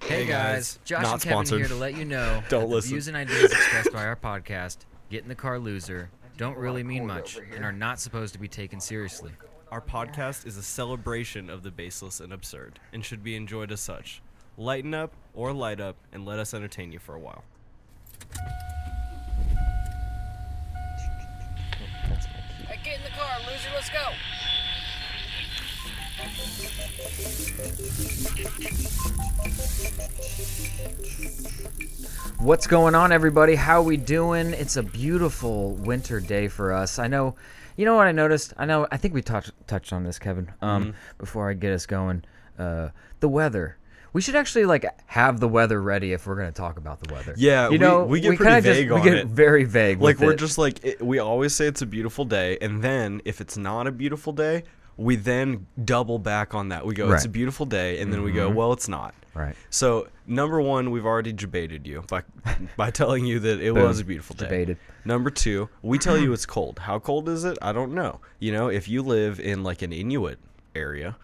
Hey, guys. Josh Not and Kevin sponsored. here to let you know Don't that the listen. views and ideas expressed by our podcast, Get in the Car Loser, don't really mean much and are not supposed to be taken seriously. Our podcast is a celebration of the baseless and absurd and should be enjoyed as such. Lighten up or light up and let us entertain you for a while. Hey, get in the car, loser. Let's go. What's going on, everybody? How we doing? It's a beautiful winter day for us. I know. You know what I noticed? I know. I think we talked touched on this, Kevin. Um, before I get us going, uh, the weather. We should actually like have the weather ready if we're gonna talk about the weather. Yeah, you we- know, we get pretty kinda vague just, on We get it. very vague. Like with we're it. just like it, we always say it's a beautiful day, and then if it's not a beautiful day, we then double back on that. We go, it's Right. Mm-hmm. a beautiful day, and then we go, well, it's not. Right. So number one, we've already debated you by by telling you that it was a beautiful day. Debated. Number two, we tell you it's cold. How cold is it? I don't know. You know, if you live in like an Inuit area,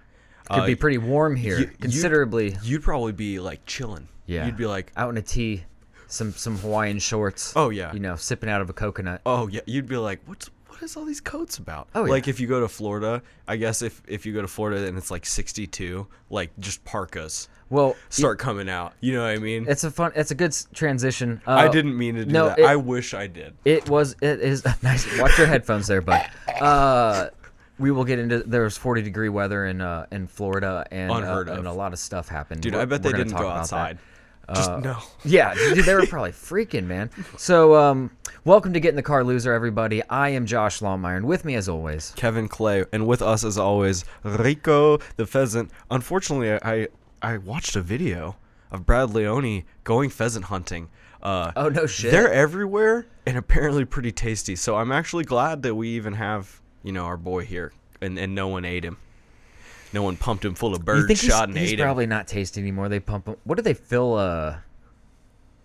could be pretty warm here, you- you- considerably. you'd probably be like chilling. yeah, You'd be like, out in a tee, some some Hawaiian shorts. Oh, yeah. you know, sipping out of a coconut. Oh yeah, you'd be like, what's what is all these coats about? Oh, yeah. like if you go to Florida, I guess if if you go to Florida and it's like 62, like just parkas Well, start coming out. You know what I mean? it's a fun. It's a good s- transition. Uh, I didn't mean to do no, that. it- I wish I did. It was. It is nice. Watch your headphones there, bud. Uh, we will get into. There was 40 degree weather in uh, in Florida, and uh, Unheard of. and a lot of stuff happened. Dude, We're- I bet they we're gonna didn't talk go about that. Uh, outside. Just no. Yeah, dude, they were probably freaking, man. So, um, welcome to Get in the Car Loser, everybody. I am Josh Longmire, and with me, as always, Kevin Clay, and with us as always, Rico the pheasant. Unfortunately, I I watched a video of Brad Leone going pheasant hunting. Uh, Oh, no shit. They're everywhere and apparently pretty tasty. So I'm actually glad that we even have you know our boy here, and and no one ate him. No one pumped him full of you bird think he's, shot and he's ate him. probably not tasty anymore. They pump him. What do they fill? Uh,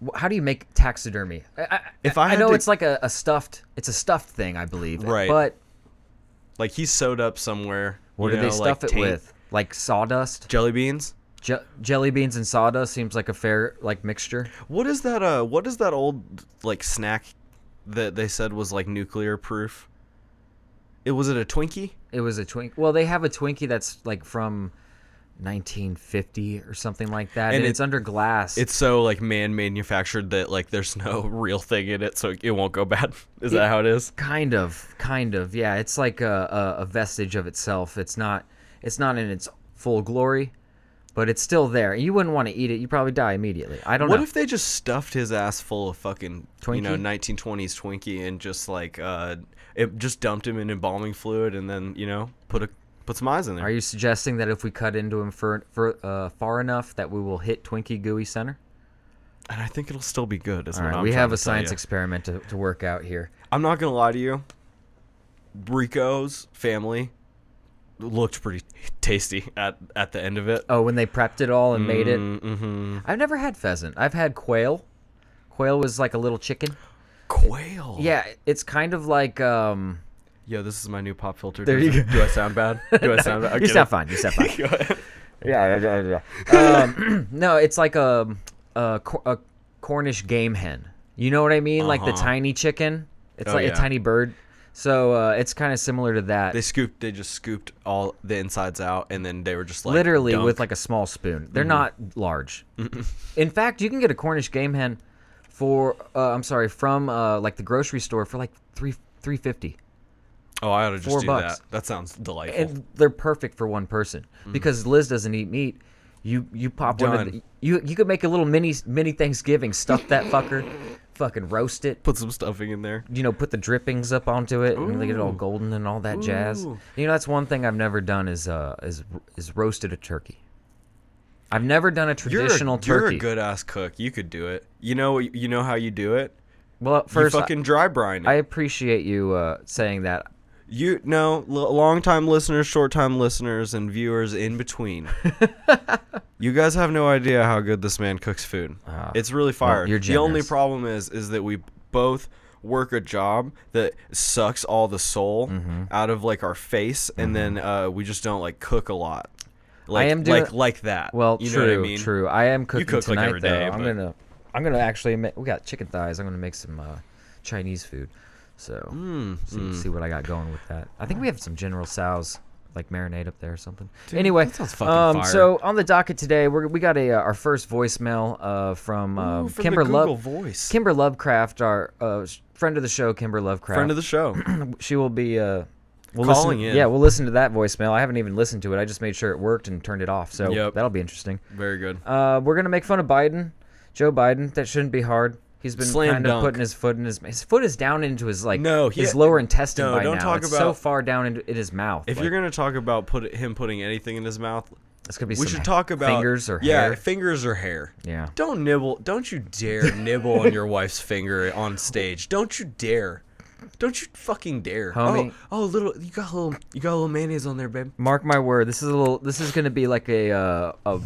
wh- how do you make taxidermy? I, I, If I had know to- it's like a, a stuffed, it's a stuffed thing, I believe. Right. But Like he's sewed up somewhere. what you do know, they stuff like it taint- with? Like sawdust, Jelly beans. Je- jelly beans, and sawdust seems like a fair like mixture. What is that? Uh, what is that old like snack that they said was like nuclear proof? It was it a Twinkie? It was a twink. Well, they have a Twinkie that's like from 1950 or something like that, and, And it's it- under glass. It's so like man manufactured that like there's no real thing in it, so it won't go bad. Is that how it is? kind of kind of yeah it's like a, a, a vestige of itself it's not it's not in its full glory but it's still there you wouldn't want to eat it you probably die immediately i don't What know if they just stuffed his ass full of fucking you know Twinkie? 1920s Twinkie and just like uh, it just dumped him in embalming fluid and then you know put a put some eyes in there. are you suggesting that if we cut into him for, for uh, far enough that we will hit twinkie gooey center and I think it'll still be good. Is all what right I'm we trying have to a tell science you. experiment to, to work out here I'm not gonna lie to you. Rico's family looked pretty tasty at at the end of it. oh when they prepped it all and made it Mm-hmm. i've never had pheasant i've had quail quail was like a little chicken Quail. yeah it's kind of like um Yo, this is my new pop filter. There Does you it- go. Do I sound bad? Do I sound bad? you Okay. sound fine you sound fine Go ahead. yeah, yeah, yeah. yeah. um, no, it's like a, a Cor- a Cornish game hen. You know what I mean? Like the Uh-huh. tiny chicken. It's Oh, like yeah. a tiny bird. So uh, it's kind of similar to that. They scooped. They just scooped all the insides out, and then they were just like Literally dunk. Mm-hmm. with like a small spoon. They're not large. In fact, you can get a Cornish game hen for uh, I'm sorry from uh, like the grocery store for like three three fifty. Oh, I ought to just four do bucks. that. That sounds delightful. and they're perfect for one person because Liz doesn't eat meat. You you pop one. Mm-hmm. Done. Of the, you you could make a little mini mini Thanksgiving. Stuff that fucker, fucking roast it. Put some stuffing in there. You know, put the drippings up onto it and they get it all Ooh. golden and all that jazz. Ooh. You know, that's one thing I've never done is uh is is roasted a turkey. I've never done a You're a- traditional you're a, turkey. good ass cook. You could do it. You know. You know how you do it. well, first you I- fucking dry brine. It. I appreciate you uh, saying that. you no l- long time listeners, short time listeners, and viewers in between. you guys have no idea how good this man cooks food. Ah, it's really fire. you're the only generous. problem is is that we both work a job that sucks Mm-hmm. all the soul out of like our face, and then uh, we just don't like cook a lot. Like, I am doing- like like that. Well, you true, know what I mean? true. I am cooking cook, like, tonight every though. day, I'm but- gonna, I'm gonna actually make. We got chicken thighs. I'm gonna make some uh, Chinese food. So Mm, see, see what I got going with that. I think we have some General Tso's like marinade up there or something. anyway, that sounds fucking um, fire. so on the docket today, we we got a uh, our first voicemail uh, from, uh, Ooh, from the Kimber Google Love Voice. Kimber Lovecraft, our uh, sh- friend of the show, Kimber Lovecraft. Friend of the show. she will be uh we'll Calling listen, in. Yeah, we'll listen to that voicemail. I haven't even listened to it. I just made sure it worked and turned it off. So Yep. that'll be interesting. Very good. Uh, we're gonna make fun of Biden, Joe Biden. That shouldn't be hard. He's been Slam kind of dunk. putting his foot in his his foot is down into his like No, he- his lower intestine no, by don't now. talk it's so about- far down into in his mouth. If like, you're gonna talk about put him putting anything in his mouth, it's gonna be we some should talk about fingers or yeah, hair. fingers or hair. Yeah. Don't nibble. Don't you dare nibble on your wife's finger on stage. Don't you dare. Don't you fucking dare. Homie. Oh, oh, little. You got a little. You got a little mayonnaise on there, babe. Mark my word, this is a little. This is gonna be like a uh, a,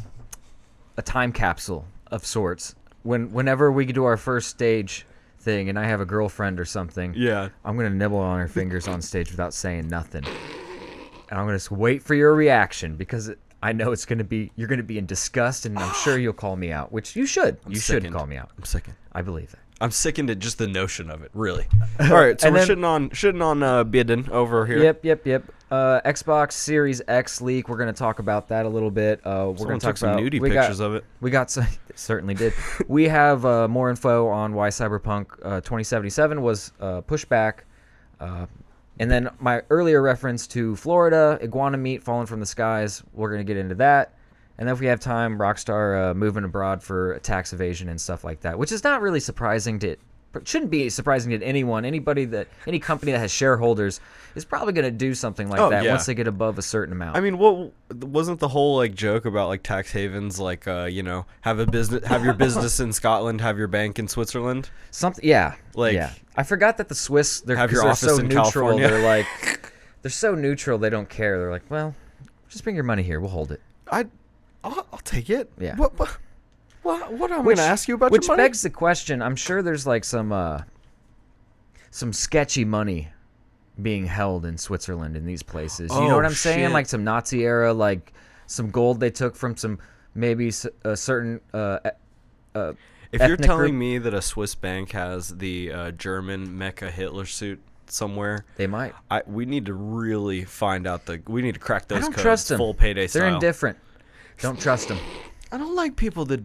a time capsule of sorts. When whenever we do our first stage thing, and I have a girlfriend or something, Yeah. I'm gonna nibble on her fingers on stage without saying nothing, and I'm gonna just wait for your reaction because it, I know it's gonna be you're gonna be in disgust, and I'm sure you'll call me out, which you should. you should sickened. call me out. I'm sickened. I believe that. I'm sickened at just the notion of it. Really. All right. So And we're then- shitting on shitting on uh, Biden over here. Yep, yep, yep. Uh, Xbox Series X leak. We're gonna talk about that a little bit. Uh, we're Someone gonna talk took some about nudie we pictures got, of it. We got some. certainly did. we have uh, more info on why Cyberpunk uh, 2077 was uh, pushed back. Uh, and then my earlier reference to Florida iguana meat falling from the skies. We're gonna get into that. And then if we have time, Rockstar uh, moving abroad for tax evasion and stuff like that, which is not really surprising to. Shouldn't be surprising to anyone. Anybody that any company that has shareholders is probably going to do something like Oh, that yeah. once they get above a certain amount. I mean, what wasn't the whole like joke about like tax havens? Like, uh, you know, have a business, have your business in Scotland, have your bank in Switzerland. Something, yeah, Like- yeah. I forgot that the Swiss they're, Have 'cause your they're office so in neutral. California. They're like, they're so neutral. They don't care. They're like, well, just bring your money here. We'll hold it. I, I'll, I'll take it. Yeah. What? What? What? what I'm Which- gonna ask you about which your money. begs the question. I'm sure there's like some, uh, some sketchy money being held in Switzerland in these places. you know Oh, what I'm saying? shit. Like some Nazi era, like some gold they took from some maybe s- a certain. Uh, e- uh, if you're ethnic telling group. me that a Swiss bank has the uh, German Mecca Hitler suit somewhere, they might. I we need to really find out the. We need to crack those I don't codes. trust them. Full payday They're style. indifferent. Don't trust them. I don't like people that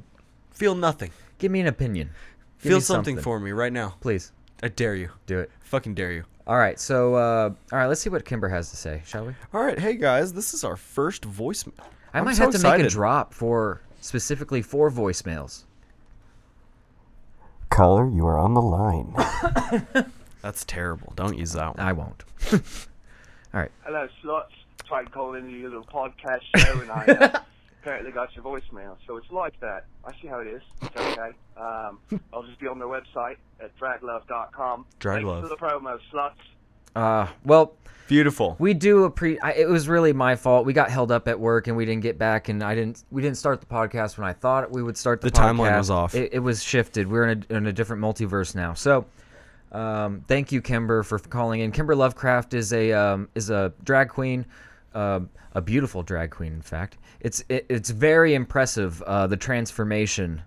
feel nothing. Give me an opinion. Give feel me something, for me right now. Please I dare you. do it. Fucking dare you. All right, so uh, all right, let's see what Kimber has to say, shall we? All right, hey guys, this is our first voicemail. I I'm might so have to make a excited. drop for specifically for voicemails. Caller, you are on the line. That's terrible. Don't use that one. I won't. all right, Hello, Slots. Tried calling your little podcast show and I uh, apparently got your voicemail. So it's like that. I see how it is. It's okay. Um, I'll just be on their website at draglove.com. Draglove. Thanks for the promo, Slots. uh, well, Beautiful. we do appre. I, it was really my fault. We got held up at work and we didn't get back, and I didn't. We didn't start the podcast when I thought we would start the. The timeline podcast. was off. It, it was shifted. We're in a, in a different multiverse now. So, um, thank you, Kimber, for calling in. Kimber Lovecraft is a um, is a drag queen, um a beautiful drag queen. In fact, it's it, it's very impressive uh, the transformation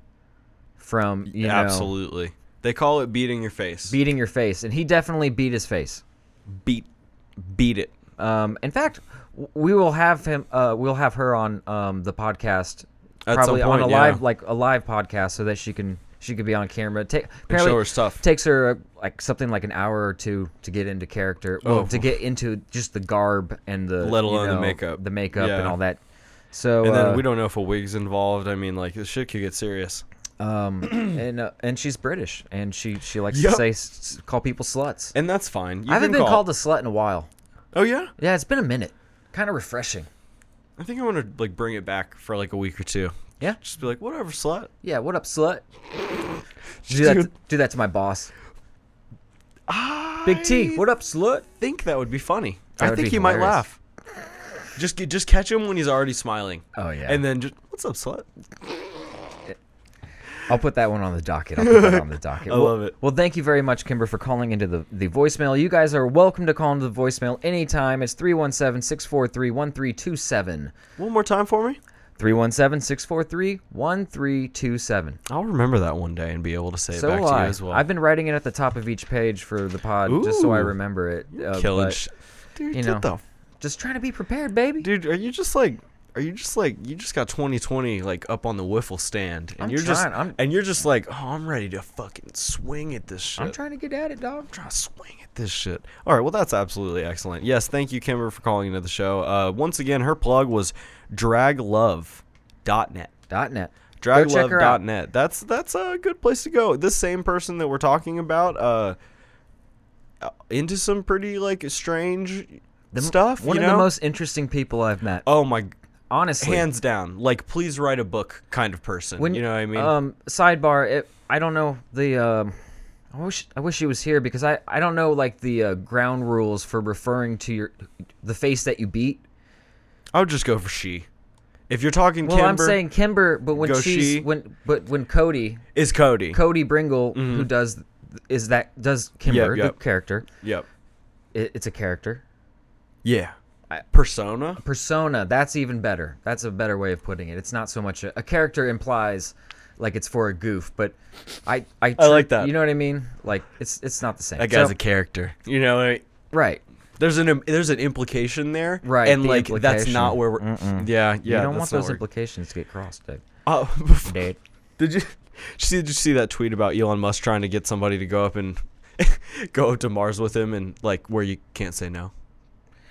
from you know Absolutely. They call it beating your face. beating your face, and he definitely beat his face. beat, beat it. Um, in fact, w- we will have him. Uh, we'll have her on um, the podcast At some probably on point, a yeah. live like a live podcast, so that she can she could be on camera. Take apparently her stuff. Takes her uh, like something like an hour or two to get into character. Well, to get into just the garb and the Oh. Let you alone the know, makeup. the makeup and Yeah. all that. So And uh, then we don't know if a wig's involved. I mean, like this shit could get serious. um, and uh, and she's British, and she she likes Yup. to say s- s- call people sluts. And that's fine. You I haven't can been call- called a slut in a while. Oh yeah. Yeah, it's been a minute. Kind of refreshing. I think I want to like bring it back for like a week or two. Yeah. Just be like, whatever, slut. Yeah, what up, slut? Do that, do that to my boss. Big T, what up, slut? Think that would be funny. That I would think be he might hilarious. laugh. Just get- just catch him when he's already smiling. Oh, yeah. And then just what's up, slut? I'll put that one on the docket. I'll put that on the docket. I Well- love it. Well, thank you very much, Kimber, for calling into the, the voicemail. You guys are welcome to call into the voicemail anytime. It's 317 643 1327. One more time for me. 317 643 1327. I'll remember that one day and be able to say So it back will to you I. as well. I've been writing it at the top of each page for the pod just so I Ooh. remember it. Uh, killing. but sh- Dude, you get know. the f- Just trying to be prepared, baby. dude, are you just like? Are you just like you just got 2020 like up on the wiffle stand and I'm you're just trying, I'm- and you're just like oh I'm ready to fucking swing at this shit. I'm trying to get at it, dog. trying to swing at this shit. All right, well that's absolutely excellent. Yes, thank you, Kimber, for calling into the show. Uh, once again, her plug was draglove.net. Dot net. Go check her out. Draglove.net. That's that's a good place to go. This same person that we're talking about, uh, into some pretty like strange The m- stuff. One you of know? the most interesting people I've met. Oh my. Honestly. Hands down, like please write a book kind of person. you know what I mean? Um, sidebar. It, I don't know the. Um, I wish I wish he was here because I I don't know like the uh, ground rules for referring to your the face that you beat. I would just go for she. If you're talking Well, Kimber, I'm saying Kimber, but when Go she's she. when but when Cody is Cody. Cody Bringle who does is that does Kimber Mm-hmm. yep. the character? yep. It, it's a character Yeah. Persona. persona. That's even better. That's a better way of putting it. It's not so much a, a character implies like it's for a goof, but I I, I like that. You know what I mean? Like it's it's not the same. That guy's So- a character. You know, I- right. there's an im- there's an implication there, Right, And the like that's implication. not where we're. Yeah, yeah. you don't want that's not those where- implications to get crossed, Dave. Oh, Dave. did you see? Did you see that tweet about Elon Musk trying to get somebody to go up and go up to Mars with him and like where you can't say no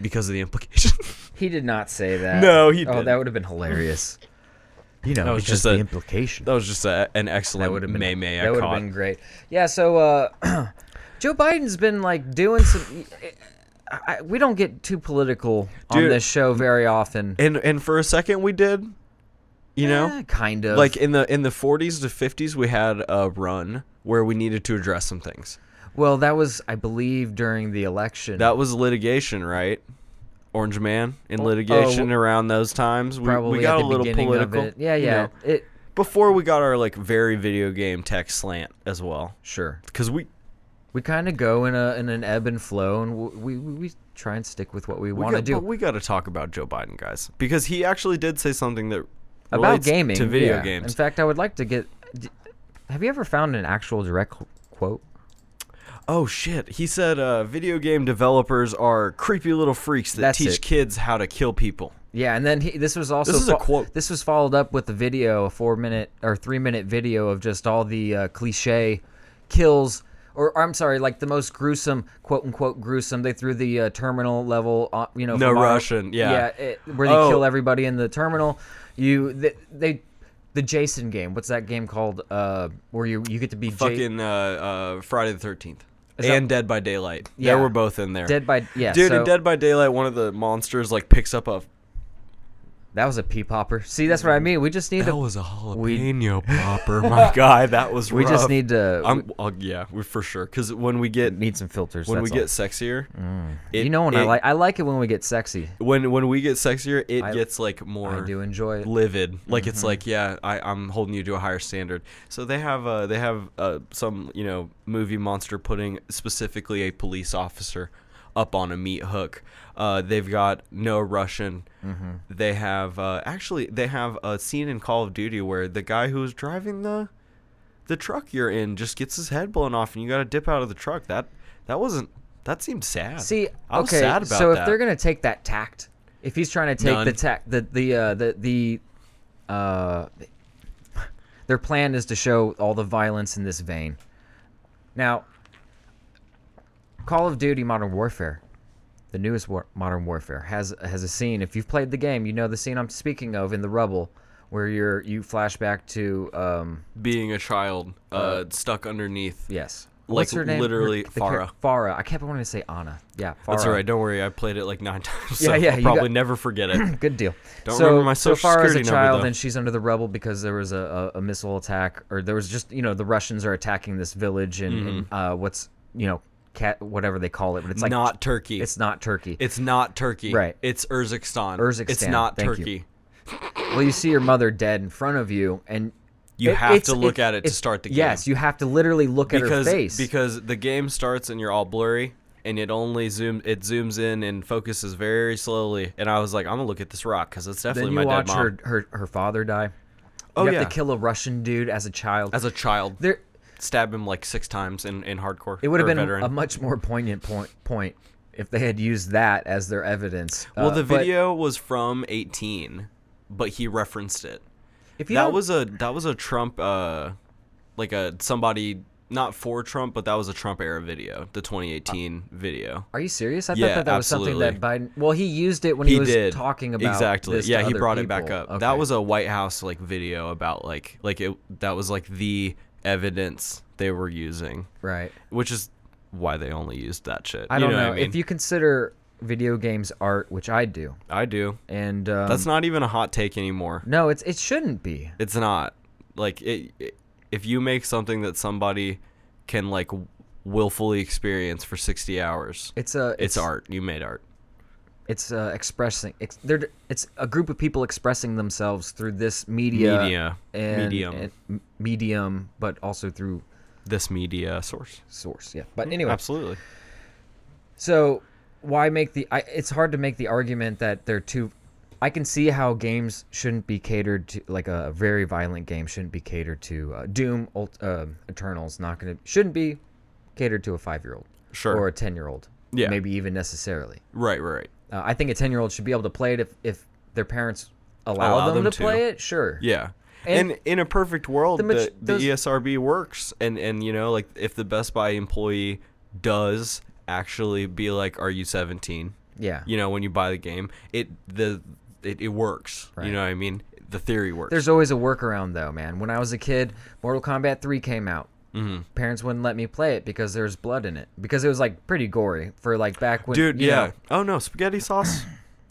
because of the implication? He did not say that. No, he Oh, that didn't. would have been hilarious. You know, That was because just the a- implication. that was just a, an excellent That would have been may may that I would caught. have been great. Yeah. So uh, Joe Biden's been like doing some. I, I- we don't get too political on Dude. this show very often. And and for a second we did, you know, Eh, kind of like in the in the 40s to 50s we had a run where we needed to address some things. Well, that was, I believe, during the election. That was litigation, right? Orange Man in litigation around those times. We, Oh, probably we at got the a little beginning political. of it. Yeah, you yeah. know, It before we got our like very video game tech slant as well, sure. because we We kind of go in a in an ebb and flow, and w- we we, we try and stick with what we, we want to got- do. but we got to talk about Joe Biden, guys, because he actually did say something that about relates gaming to video yeah. In games. fact, I would like to get. d- Have you ever found an actual direct qu- quote? Oh shit! He said uh, video game developers are creepy little freaks that That's teach it. kids how to kill people. Yeah, and then he, this was also This is a fo- quote. This was followed up with a video, a four minute or three minute video of just all the uh, cliche kills, or I'm sorry, like the most gruesome, quote unquote gruesome. They threw the uh, terminal level, uh, you know, No from Mario- Russian, yeah. yeah, it, where they Oh. kill everybody in the terminal. You they, they the Jason game. What's that game called? Uh, where you you get to be Ja- Fucking uh, uh, Friday the Thirteenth that- and Dead by Daylight. Yeah. They were both in there. Dead by yeah, Dude, so- in Dead by Daylight, one of the monsters like picks up a. That was a pee popper. See, that's what I mean. We just need to. a jalapeno popper, my guy. That was. we just rough. need to. I'm, uh, yeah, we for sure. Because when we get we need some filters. when we that's get all. sexier, it- you know when I it- like I like it when we get sexy. when when we get sexier, it I- gets like more. I do enjoy it. livid like it's Mm-hmm. like yeah I, i'm holding you to a higher standard so they have uh they have uh some you know movie monster putting specifically a police officer up on a meat hook uh they've got no russian Mm-hmm. they have uh actually they have a scene in call of duty where the guy who's driving the the truck you're in just gets his head blown off and you gotta dip out of the truck that that wasn't that seemed sad See, i was okay, sad about so if that. they're gonna take that tact, if he's trying to take the None. tact, the the uh, the the uh, their plan is to show all the violence in this vein. Now, Call of Duty Modern Warfare, the newest war- Modern Warfare has has a scene. If you've played the game, you know the scene I'm speaking of in the rubble, where you're you flash back to um being a child uh, stuck underneath yes. Like, What's her name? Her- literally the char- Farah. Farah. I kept wanting to say Anna. Yeah, Farah. That's all right. Don't worry. I played it like nine times. Yeah, So yeah, I'll you probably got- never forget it. Good deal. Don't so, remember my so social far as a security number, child, though. and she's under the rubble because there was a, a, a missile attack, or there was just you know the Russians are attacking this village and, and Mm-hmm. uh, what's you know cat whatever they call it, but it's like not Turkey. It's not Turkey. It's not Turkey. Right. It's Urzikstan. Urzikstan, It's not thank you. Turkey. well, you see your mother dead in front of you, and You It- have it's- to look it- at it to it's- start the game. Yes, you have to literally look because at her face. because the game starts and you're all blurry and it only zooms it zooms in and focuses very slowly and I was like I'm gonna look at this rock because it's then definitely you my watch dead mom her, her her father die. Oh, you have yeah. to kill a Russian dude as a child. as a child there, stab him like six times in, in hardcore it would have or been veteran. a much more poignant point point if they had used that as their evidence. well Uh, the but video was from 18 but he referenced it if you that don't- was a that was a Trump uh like a somebody not for Trump but that was a Trump era video the 2018 video Are you serious? I Yeah, thought that that was something that Biden. Well, he used it when he, he was did talking about exactly this to yeah he other brought it back people. up Okay. that was a white house like video about like like it that was like the evidence they were using right. which is why they only used that shit I You don't know, know, what I mean? if you consider video games art, which I do, i do and um, that's not even a hot take anymore no, it's it shouldn't be. it's not like it, it- if you make something that somebody can like willfully experience for 60 hours It's it's, a it's, art you made art It's uh, expressing. It's, they're, it's a group of people expressing themselves through this media, Media. and, Medium. and m- medium, but also through this media source source. Yeah, but Mm-hmm. anyway, absolutely So why make the? I, it's hard to make the argument that they're too. I can see how games shouldn't be catered to, like a very violent game shouldn't be catered to. Uh, Doom, Ult, uh, Eternal's not going to shouldn't be catered to a five year old, Sure. or a ten year old, Yeah. maybe even necessarily. right right right Uh, I think a ten year old should be able to play it if if their parents allow, Allow them, them to, to. play it. Sure. Yeah. And- And, in a perfect world, The the, maj- the, E those- ESRB works, and and you know, like if the Best Buy employee does actually be like, "Are you 17?" Yeah. You know, when you buy the game, it the it, it works. Right. You know what I mean? The theory works. There's always a workaround though, man. When I was a kid, Mortal Kombat 3 came out. Mm-hmm. Parents wouldn't let me play it because there was blood in it. Because it was like pretty gory for like back when. dude, you yeah. know- Oh no, spaghetti sauce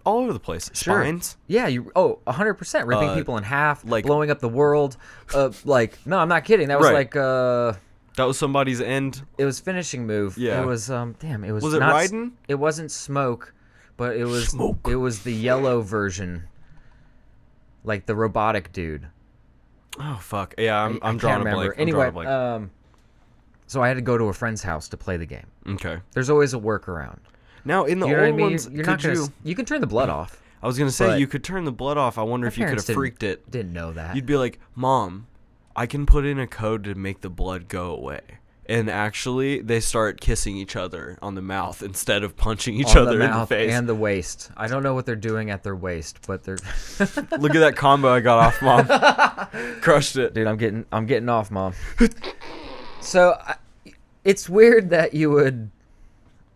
all over the place. sure. Spines. Yeah, you. Oh, 100 percent ripping Uh, people in half, like like- blowing up the world. Uh, like no, I'm not kidding. That was Right. like uh, That was somebody's end. it was finishing move. Yeah. It was um, damn. It was. Was it not, s- Raiden? It wasn't smoke, but it was. Smoke. It was the yellow version. Like the robotic dude. Oh fuck. Yeah, I'm I can't I'm drawing a remember. blank. I'm Anyway, drawing a um, so I had to go to a friend's house to play the game. blank. okay. There's always a workaround. Now in the You know old what I mean? ones, you're you're could not gonna. you? s- You can turn the blood off. I was gonna say but- you could turn the blood off. I wonder My if you could parents have didn't- freaked it. Didn't know that. You'd be like, Mom, I can put in a code to make the blood go away. And actually, they start kissing each other on the mouth instead of punching each On other the in the mouth face. and the waist. I don't know what they're doing at their waist, but they're. Look at that combo I got off, Mom. Crushed it. Dude, I'm getting I'm getting off, mom. so, I, it's weird that you would.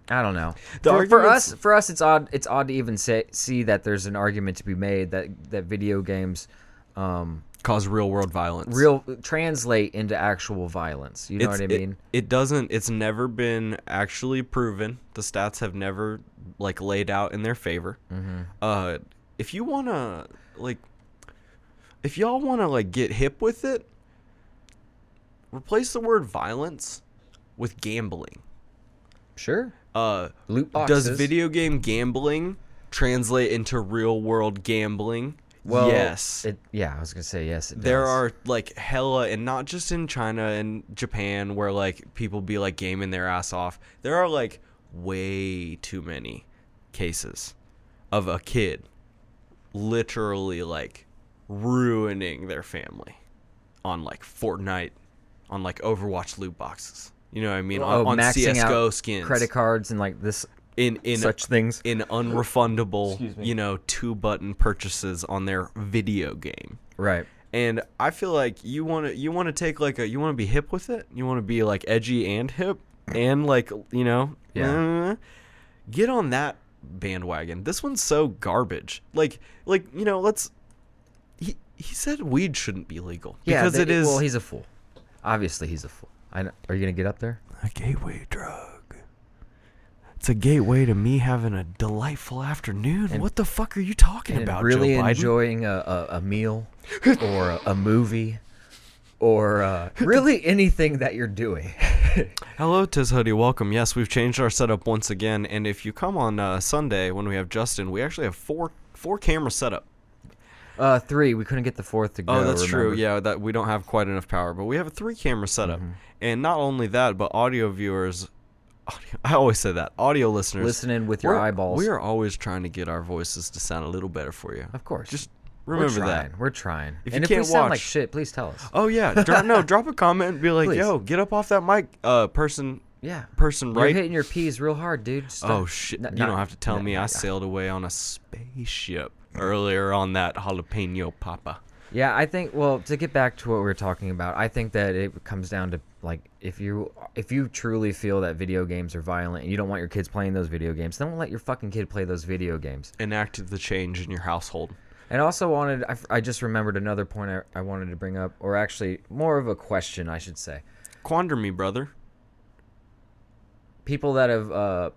I don't know. The for, for arguments- us, for us, it's odd. It's odd to even say, see that there's an argument to be made that that video games um, Cause real world violence. real translate into actual violence. You know It's- what I it- mean? It, doesn't. It's never been actually proven. The stats have never like laid out in their favor. Mm-hmm. Uh, if you wanna like, if y'all wanna like get hip with it, replace the word violence with gambling. sure. Uh, Loot does boxes. video game gambling translate into real world gambling? Well, yes. It, yeah, I was gonna say yes. It there does. are like hella and not just in china and japan where like people be like gaming their ass off there are like way too many cases of a kid literally like ruining their family on like fortnite on like overwatch loot boxes you know what i mean on, on Oh, maxing csgo out skins credit cards, and like this in in such things. in unrefundable you know two button purchases on their video game Right. and I feel like you want to you want to take like a you want to be hip with it. You want to be like edgy and hip and like you know Yeah. uh, get on that bandwagon. This one's so garbage. Like like you know let's he he said weed shouldn't be legal Yeah. because they- it is Well, he's a fool. Obviously, he's a fool. I know. Are you gonna get up there? a gateway drug. It's a gateway to me having a delightful afternoon. what the fuck are you talking And about, really Joe Biden? enjoying a, a, a meal or a, a movie or uh, really anything that you're doing. Hello, Tiz Hoodie. Welcome. Yes, we've changed our setup once again, and if you come on uh, Sunday when we have Justin, we actually have four four camera setup. Uh, three. We couldn't get the fourth to go. Oh, that's true. remember? Mm-hmm. Yeah, that we don't have quite enough power, but we have a three camera setup. And not only that, but audio viewers audio, I always say that. Audio listeners Listen in with your we're- eyeballs. We are always trying to get our voices to sound a little better for you. Of course. Just We're remember that. trying. We're trying. If and you if we can't sound like watch- shit, please tell us. Oh yeah, drop, no, drop a comment and be like, Please. "Yo, get up off that mic, uh person." yeah. person You're right- hitting your peas real hard, dude. Stop. Oh shit. N- you not- don't have to tell n- me yeah. I sailed away on a spaceship earlier on that jalapeno papa. Yeah, I think. Well, to get back to what we were talking about, I think that it comes down to like if you if you truly feel that video games are violent and you don't want your kids playing those video games, don't let your fucking kid play those video games. Enact the change in your household. And also wanted, I, f- I just remembered another point I, I wanted to bring up, or actually more of a question, I should say. Quander me, brother. People that have uh,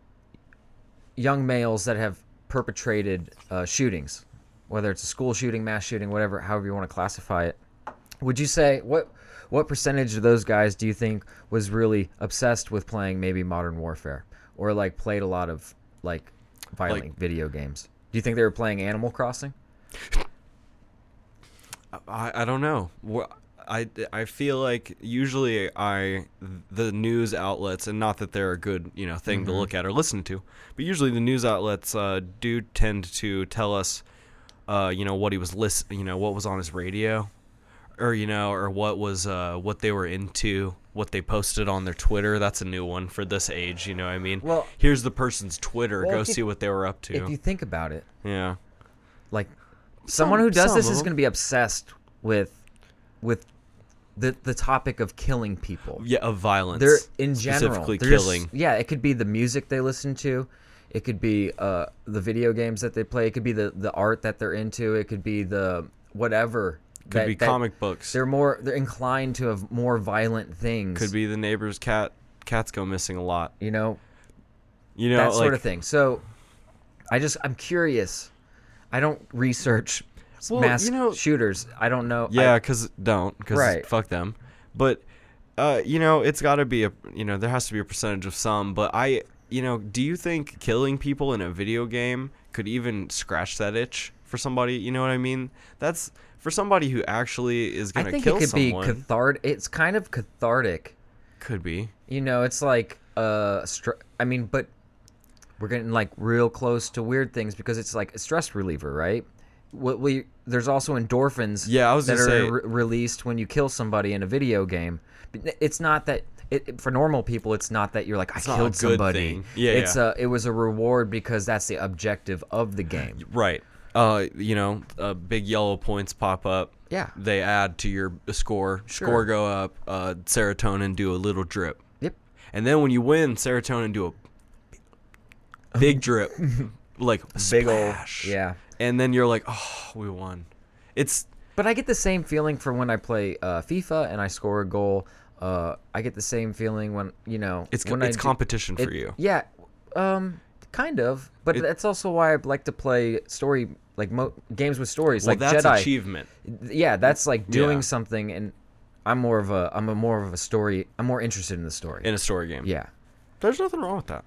young males that have perpetrated uh, shootings, whether it's a school shooting, mass shooting, whatever, however you want to classify it. Would you say what what percentage of those guys do you think was really obsessed with playing maybe modern warfare or like played a lot of like violent Like- video games? Do you think they were playing Animal Crossing? I, I don't know. Wha- I, I feel like usually I the news outlets and not that they're a good you know thing Mm-hmm. to look at or listen to, but usually the news outlets uh, do tend to tell us, uh, you know what he was list you know what was on his radio, or you know or what was uh, what they were into, what they posted on their Twitter. That's a new one for this age. You know what I mean? Well- here's the person's Twitter. Well, Go if you- see what they were up to. If you think about it, yeah. like someone who does some this of is them. going to be obsessed with with the the topic of killing people. Yeah, of violence. They're in general specifically they're just- killing. yeah, it could be the music they listen to. It could be uh, the video games that they play. It could be the, the art that they're into. It could be the whatever. Could be comic books. They're more. They're inclined to have more violent things. could be the neighbor's cat cats go missing a lot You know, you know that like, sort of thing. So, I just I'm curious. I don't research s- Well, mass you know- shooters. I don't know. I- yeah because don't because Right. fuck them but uh you know it's got to be a you know there has to be a percentage of some but i you know do you think killing people in a video game could even scratch that itch for somebody you know what i mean that's for somebody who actually is I gonna think kill it could someone be cathartic. It's kind of cathartic. could be You know, it's like uh, str- I mean, but we're getting like real close to weird things because it's like a stress reliever, right? What we there's also endorphins. Yeah, I was that gonna are say- re- released when you kill somebody in a video game. But n- it's not that. It, it- for normal people, it's not that you're like I not a killed good somebody. thing. Yeah, it's yeah. a it was a reward because that's the objective of the game. Right. Uh, you know, uh, big yellow points pop up. Yeah. They add to your score. Score go up. Uh, serotonin do a little drip. Yep. And then when you win, serotonin do a big drip, like big splash. yeah. And then you're like, oh, we won. It's But I get the same feeling from when I play uh, FIFA and I score a goal. Uh, I get the same feeling when you know it's when it's I do- competition for it- you. Yeah, um, kind of. But that's also why I like to play story like mo- games with stories Well, like that's Jedi. achievement. Yeah, that's like doing Yeah. something, and I'm more of a I'm a more of a story. I'm more interested in the story. in a story game. yeah, There's nothing wrong with that.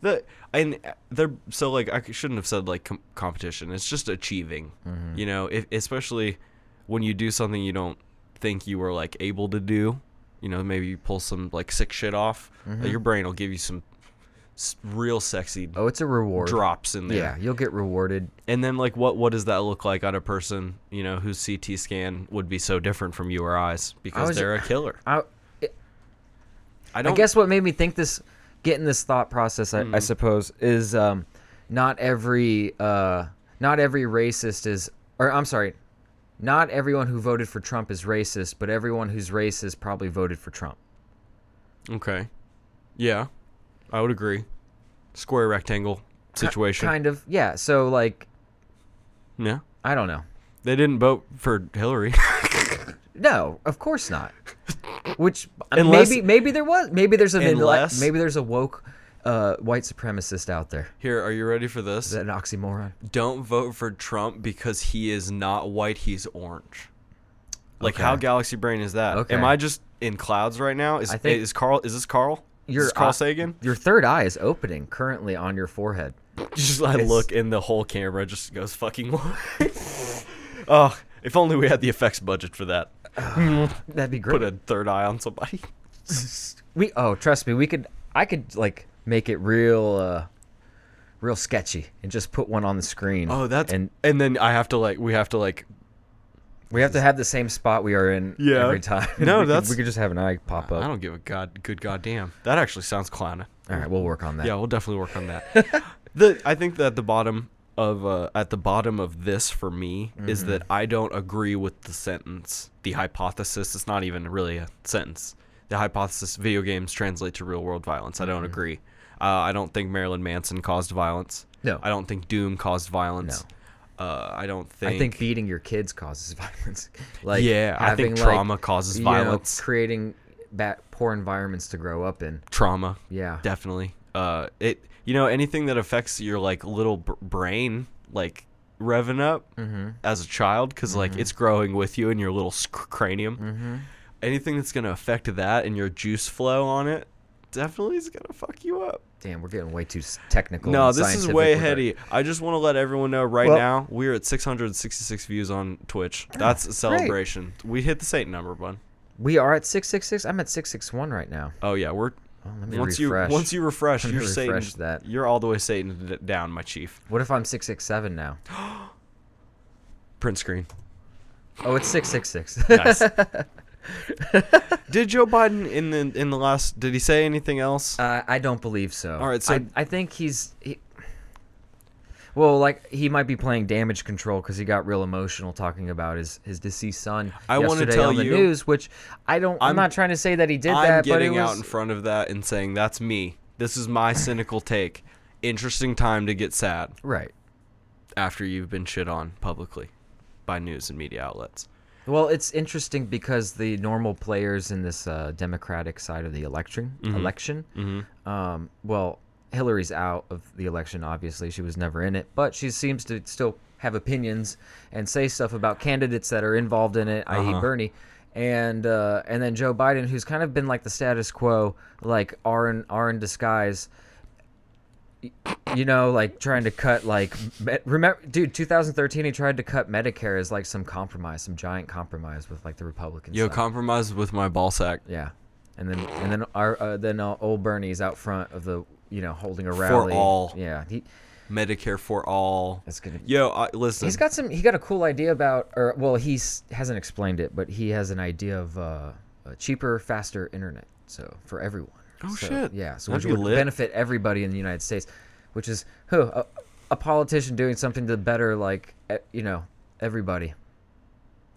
The and they're so like I shouldn't have said like com- competition. It's just achieving. Mm-hmm. You know, if, especially when you do something you don't think you were like able to do. You know, maybe you pull some like sick shit off. uh, your brain will give you some s- real sexy oh, it's Mm-hmm. a reward. drops in there. Yeah, you'll get rewarded. And then like what what does that look like on a person you know whose CT scan would be so different from you or I's because was- they're a killer. I, I I don't Mm-hmm. guess what made me think this, get in this thought process, I, I suppose, is um, not every uh, not every racist is, or I'm sorry, not everyone who voted for Trump is racist, but everyone who's racist probably voted for Trump. Okay. Yeah. I would agree. Square rectangle situation. Kind of, yeah. So like, Yeah. I don't know. They didn't vote for Hillary. No, of course not. Which uh, Unless- maybe maybe there was maybe there's an enli- Unless- maybe there's a woke uh, white supremacist out there. Here, are you ready for this? Is that an oxymoron? Don't vote for Trump because he is not white, he's orange. Like how Okay. galaxy brain is that? Okay. Am I just in clouds right now? Is I think- is Carl is this Carl? Your is this Carl eye- Sagan? Your third eye is opening currently on your forehead. Just I It's- look and the whole camera just goes fucking wide. Oh, if only we had the effects budget for that. That'd be Put great. a third eye on somebody. we oh, trust me, we could. I could like make it real, uh, real sketchy, and just put one on the screen. Oh, that's and and, then I have to like we have to like we have to have the same spot we are in Yeah. every time. No, we could- that's- we could just have an eye pop I up. don't give a god good goddamn. That actually sounds clowning. All right, we'll work on that. Yeah, we'll definitely work on that. the I think that the bottom of uh, at the bottom of this for me is Mm-hmm. that I don't agree with the sentence, the hypothesis. It's not even really a sentence. The hypothesis: video games translate to real world violence. I don't Mm-hmm. agree. Uh, I don't think Marilyn Manson caused violence. No. I don't think Doom caused violence. Uh, I don't think. I think beating your kids causes violence. Like Yeah, I think having, trauma causes you know, violence. creating bad, poor environments to grow up in. trauma. Yeah. definitely. Uh, it you know anything that affects your like little b- brain like revving up Mm-hmm. as a child because like it's growing with you in your little sc- cranium. Mm-hmm. Anything that's gonna affect that and your juice flow on it definitely is gonna fuck you up. Damn, we're getting way too s- technical. No, and this is scientific way with our- heady. I just want to let everyone know right Well- Ah, now we're at 666 views on Twitch. That's a celebration. We hit the Satan number, bud. We are at six six six. I'm at six six one right now. Oh yeah, we're let me once refresh. you once you refresh, Let me you're Satan. refresh that. You're all the way Satan d- down, my chief. What if I'm six six seven now? Print screen. Oh, it's six six six. Uh, Nice. did Joe Biden in the in the last? Did he say anything else? Uh, I don't believe so. All right, so- I, I think he's. He, well, like he might be playing damage control because he got real emotional talking about his his deceased son I wanna yesterday tell on the you- news, which I don't. I'm, I'm- not trying to say that he did I'm that, but it getting was. out in front of that and saying that's me. This is my cynical take. Interesting time to get sad right. after you've been shit on publicly by news and media outlets. Well, it's interesting because the normal players in this uh, Democratic side of the election, election, um, well, Hillary's out of the election. Obviously, she was never in it, but she seems to still have opinions and say stuff about candidates that are involved in it, i.e., Bernie, and uh, and then Joe Biden, who's kind of been like the status quo, like are in are in disguise you know, like trying to cut like me- remember, dude, 2013 he tried to cut Medicare as like some compromise, some giant compromise with like the Republicans. Yo, compromise with my ball sack. yeah, and then and then our uh, then uh, old Bernie's out front of the you know holding a rally. all. Yeah, he Medicare for all. That's gonna be- Yo, I, listen. he's got some he got a cool idea about or well he's hasn't explained it, but he has an idea of uh, a cheaper, faster internet so for everyone. Oh, So, shit. Yeah, so That'd which be would lit. benefit everybody in the United States, which is who a, a politician doing something to better like e- you know everybody.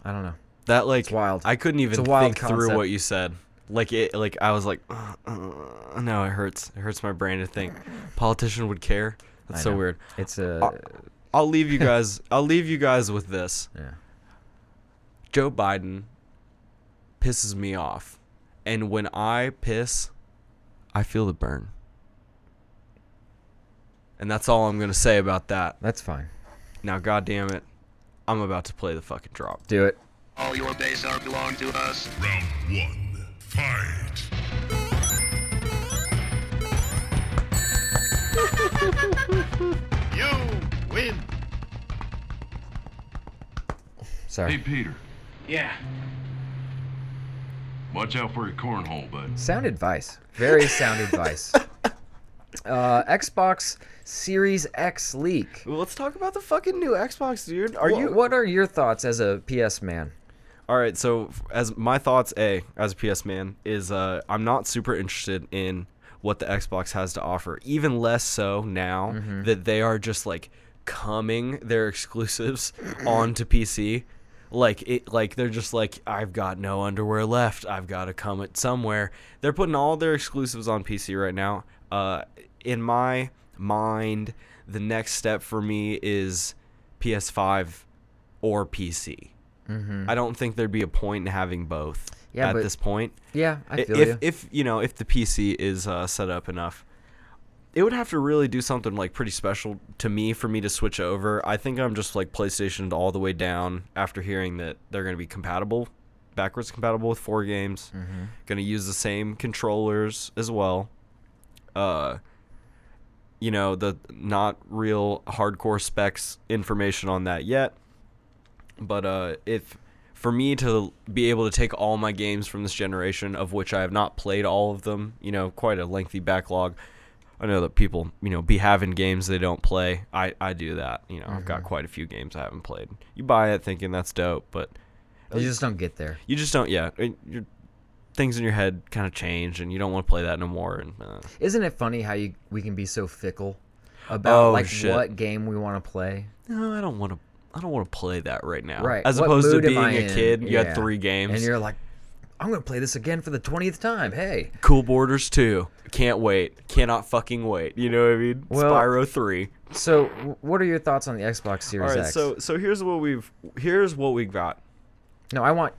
I don't know. That like wild. I couldn't even a wild think through concept. what you said. Like it, like I was like, uh, uh, no, it hurts. It hurts my brain to think politician would care. That's I so know. weird. It's a Uh, I'll leave you guys. I'll leave you guys with this. yeah. Joe Biden pisses me off, and when I piss, I feel the burn. And that's all I'm gonna say about that. That's fine. Now, goddamn it, I'm about to play the fucking drop. Do it. All your base are belong to us. Round one, fight. You win. Sorry. Peter, Yeah. watch out for your cornhole, bud. Sound advice. Very sound advice. Uh, Xbox Series X leak. Let's talk about the fucking new Xbox, dude. Are Wh- What are your thoughts as a PS man? All right, so f- as my thoughts, a as a PS man is, uh, I'm not super interested in what the Xbox has to offer. Even less so now that they are just like coming their exclusives onto PC. Like it, like they're just like, I've got no underwear left. I've got to come it somewhere. They're putting all their exclusives on PC right now. Uh, in my mind, the next step for me is PS5 or PC. Mm-hmm. I don't think there'd be a point in having both Yeah, at but- this point. Yeah, I I- feel if you. if you know if the PC is uh, set up enough, it would have to really do something like pretty special to me for me to switch over. I think I'm just like PlayStation all the way down after hearing that they're going to be compatible, backwards compatible with four games, Mm-hmm. going to use the same controllers as well. Uh, you know the not real hardcore specs information on that yet but uh, if for me to be able to take all my games from this generation, of which I have not played all of them, you know, quite a lengthy backlog. I know that people, you know, be having games they don't play. I, I do that. You know, I've Mm-hmm. got quite a few games I haven't played. You buy it thinking that's dope, but You just don't get there. you just don't. Yeah, it- your things in your head kind of change, and you don't want to play that no more. And uh, Isn't it funny how you we can be so fickle about Oh, like shit. what game we want to play? no, I don't want to. I don't want to play that right now. Right. Uh, As what opposed to mood am being I a in? kid, you Yeah. had three games. and you're like, I'm gonna play this again for the twentieth time. Hey, Cool Borders 2. Can't wait. Cannot fucking wait. You know what I mean? Well- Spyro 3. so w- what are your thoughts on the Xbox All Series right, X? so so here's what we've here's what we got. no, I want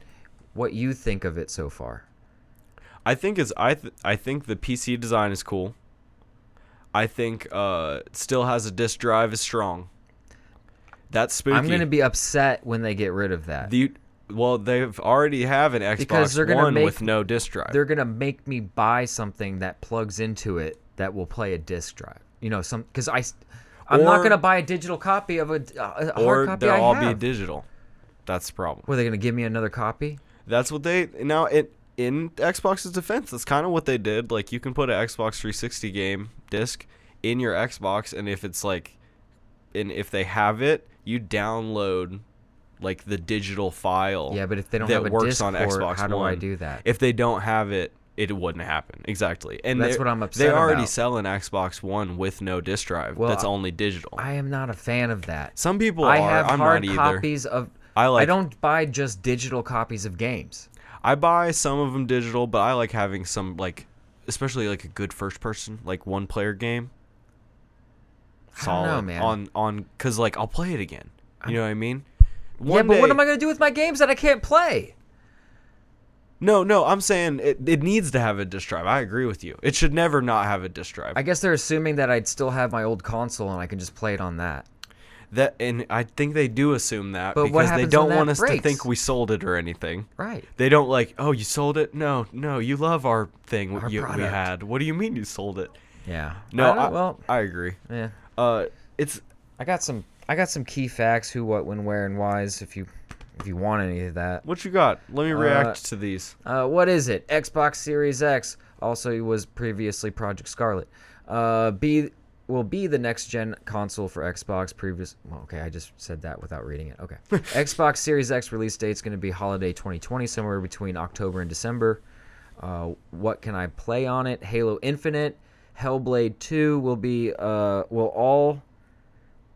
what you think of it so far. I think it's I th- I think the PC design is cool. I think uh it still has a disk drive is strong. That's spooky. I'm gonna be upset when they get rid of that. the well they've already have an Xbox Because they're gonna One make- with no disk drive. They're gonna make me buy something that plugs into it that will play a disc drive. You know, some because I, s- I'm not Or- gonna buy a digital copy of a, d- a a hard or copy. they'll I all have. be digital. That's the problem. Were they gonna give me another copy? That's what they now it in Xbox's defense. That's kind of what they did. Like you can put an Xbox 360 game disc in your Xbox, and if it's like, and if they have it, you download like the digital file. Yeah, but if they don't that have a works disc on port, Xbox how do I One. do that? If they don't have it. It wouldn't happen exactly, and That's they're- what I'm upset They already about. sell an Xbox One with no disc drive. Well, that's I- only digital. I am not a fan of that. Some people I are. have I'm hard not either. copies of. I I like- don't buy just digital copies of games. I buy some of them digital, but I like having some like, especially like a good first person, like one player game. I don't know, man. On on, cause like I'll play it again. You know what I mean? yeah, One but what day- am I gonna do with my games that I can't play? No, no, I'm saying it, it needs to have a disk drive. I agree with you. It should never not have a disk drive. I guess they're assuming that I'd still have my old console and I can just play it on that. that and I think they do assume that But what because they happens don't when that want us breaks? to think we sold it or anything. Right. They don't like, oh, you sold it? No, no, you love our thing Our you, we product. had. What do you mean you sold it? Yeah. No, I don't- I, well, I agree. yeah. Uh, it's I got some. I got some key facts: who, what, when, where, and whys. If you, if you want any of that. What you got? Let me react to these. Uh, what is it? Xbox Series X. Also, it was previously Project Scarlet. Uh, be will be the next gen console for Xbox. Previous. Well, okay, I just said that without reading it. Okay. Xbox Series X release date's going to be holiday 2020, somewhere between October and December. Uh, what can I play on it? Halo Infinite, Hellblade 2 will be uh, will all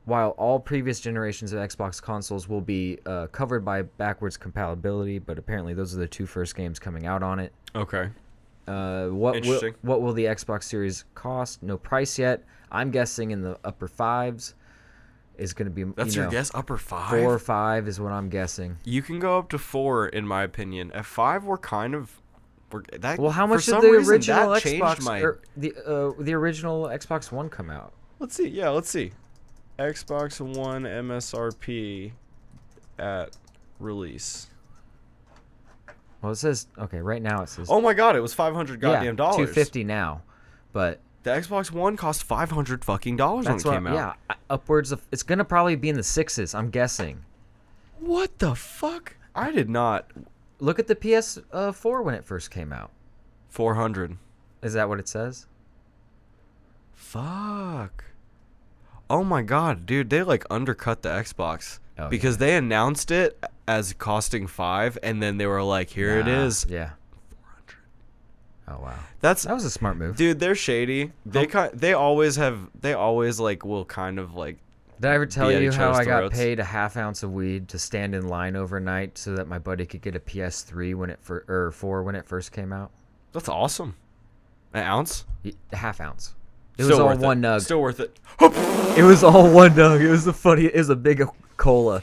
while all previous generations of Xbox consoles will be uh, covered by backwards compatibility, but apparently those are the two first games coming out on it. Okay. Uh, what will, Interesting. what will the Xbox Series cost? No price yet. I'm guessing in the upper fives is going to be That's you your know, guess. Upper five. Four or five is what I'm guessing. You can go up to four, in my opinion. At five, we're kind of. We're, that, Well, how for much did some the reason, original that changed Xbox My, or the uh, the original Xbox One come out? let's see. Yeah, let's see. Xbox One MSRP at release. Well, it says okay. Right now it says Oh my God! It was five hundred goddamn yeah, dollars. two fifty now, but The Xbox One cost five hundred fucking dollars when it That's what, came out. yeah, uh, upwards of it's gonna probably be in the sixes. I'm guessing. What the fuck? I did not. Look at the PS4 when it first came out. Four hundred. Is that what it says? Fuck. Oh my god, dude, they like undercut the Xbox Oh, because they announced it as costing 5 and then they were like, "Here it Ah, is." Yeah. Oh wow, That's that was a smart move. Dude, they're shady. They ki- they always have they always like will kind of like Did I ever tell be at you each how other's I got throats. paid a half ounce of weed to stand in line overnight so that my buddy could get a PS3 when it fir- or four when it first came out? that's awesome. An ounce? Y- A half ounce. It Still was all worth one nug. Still worth it. It was all one nug. It was the funny. It was a big cola.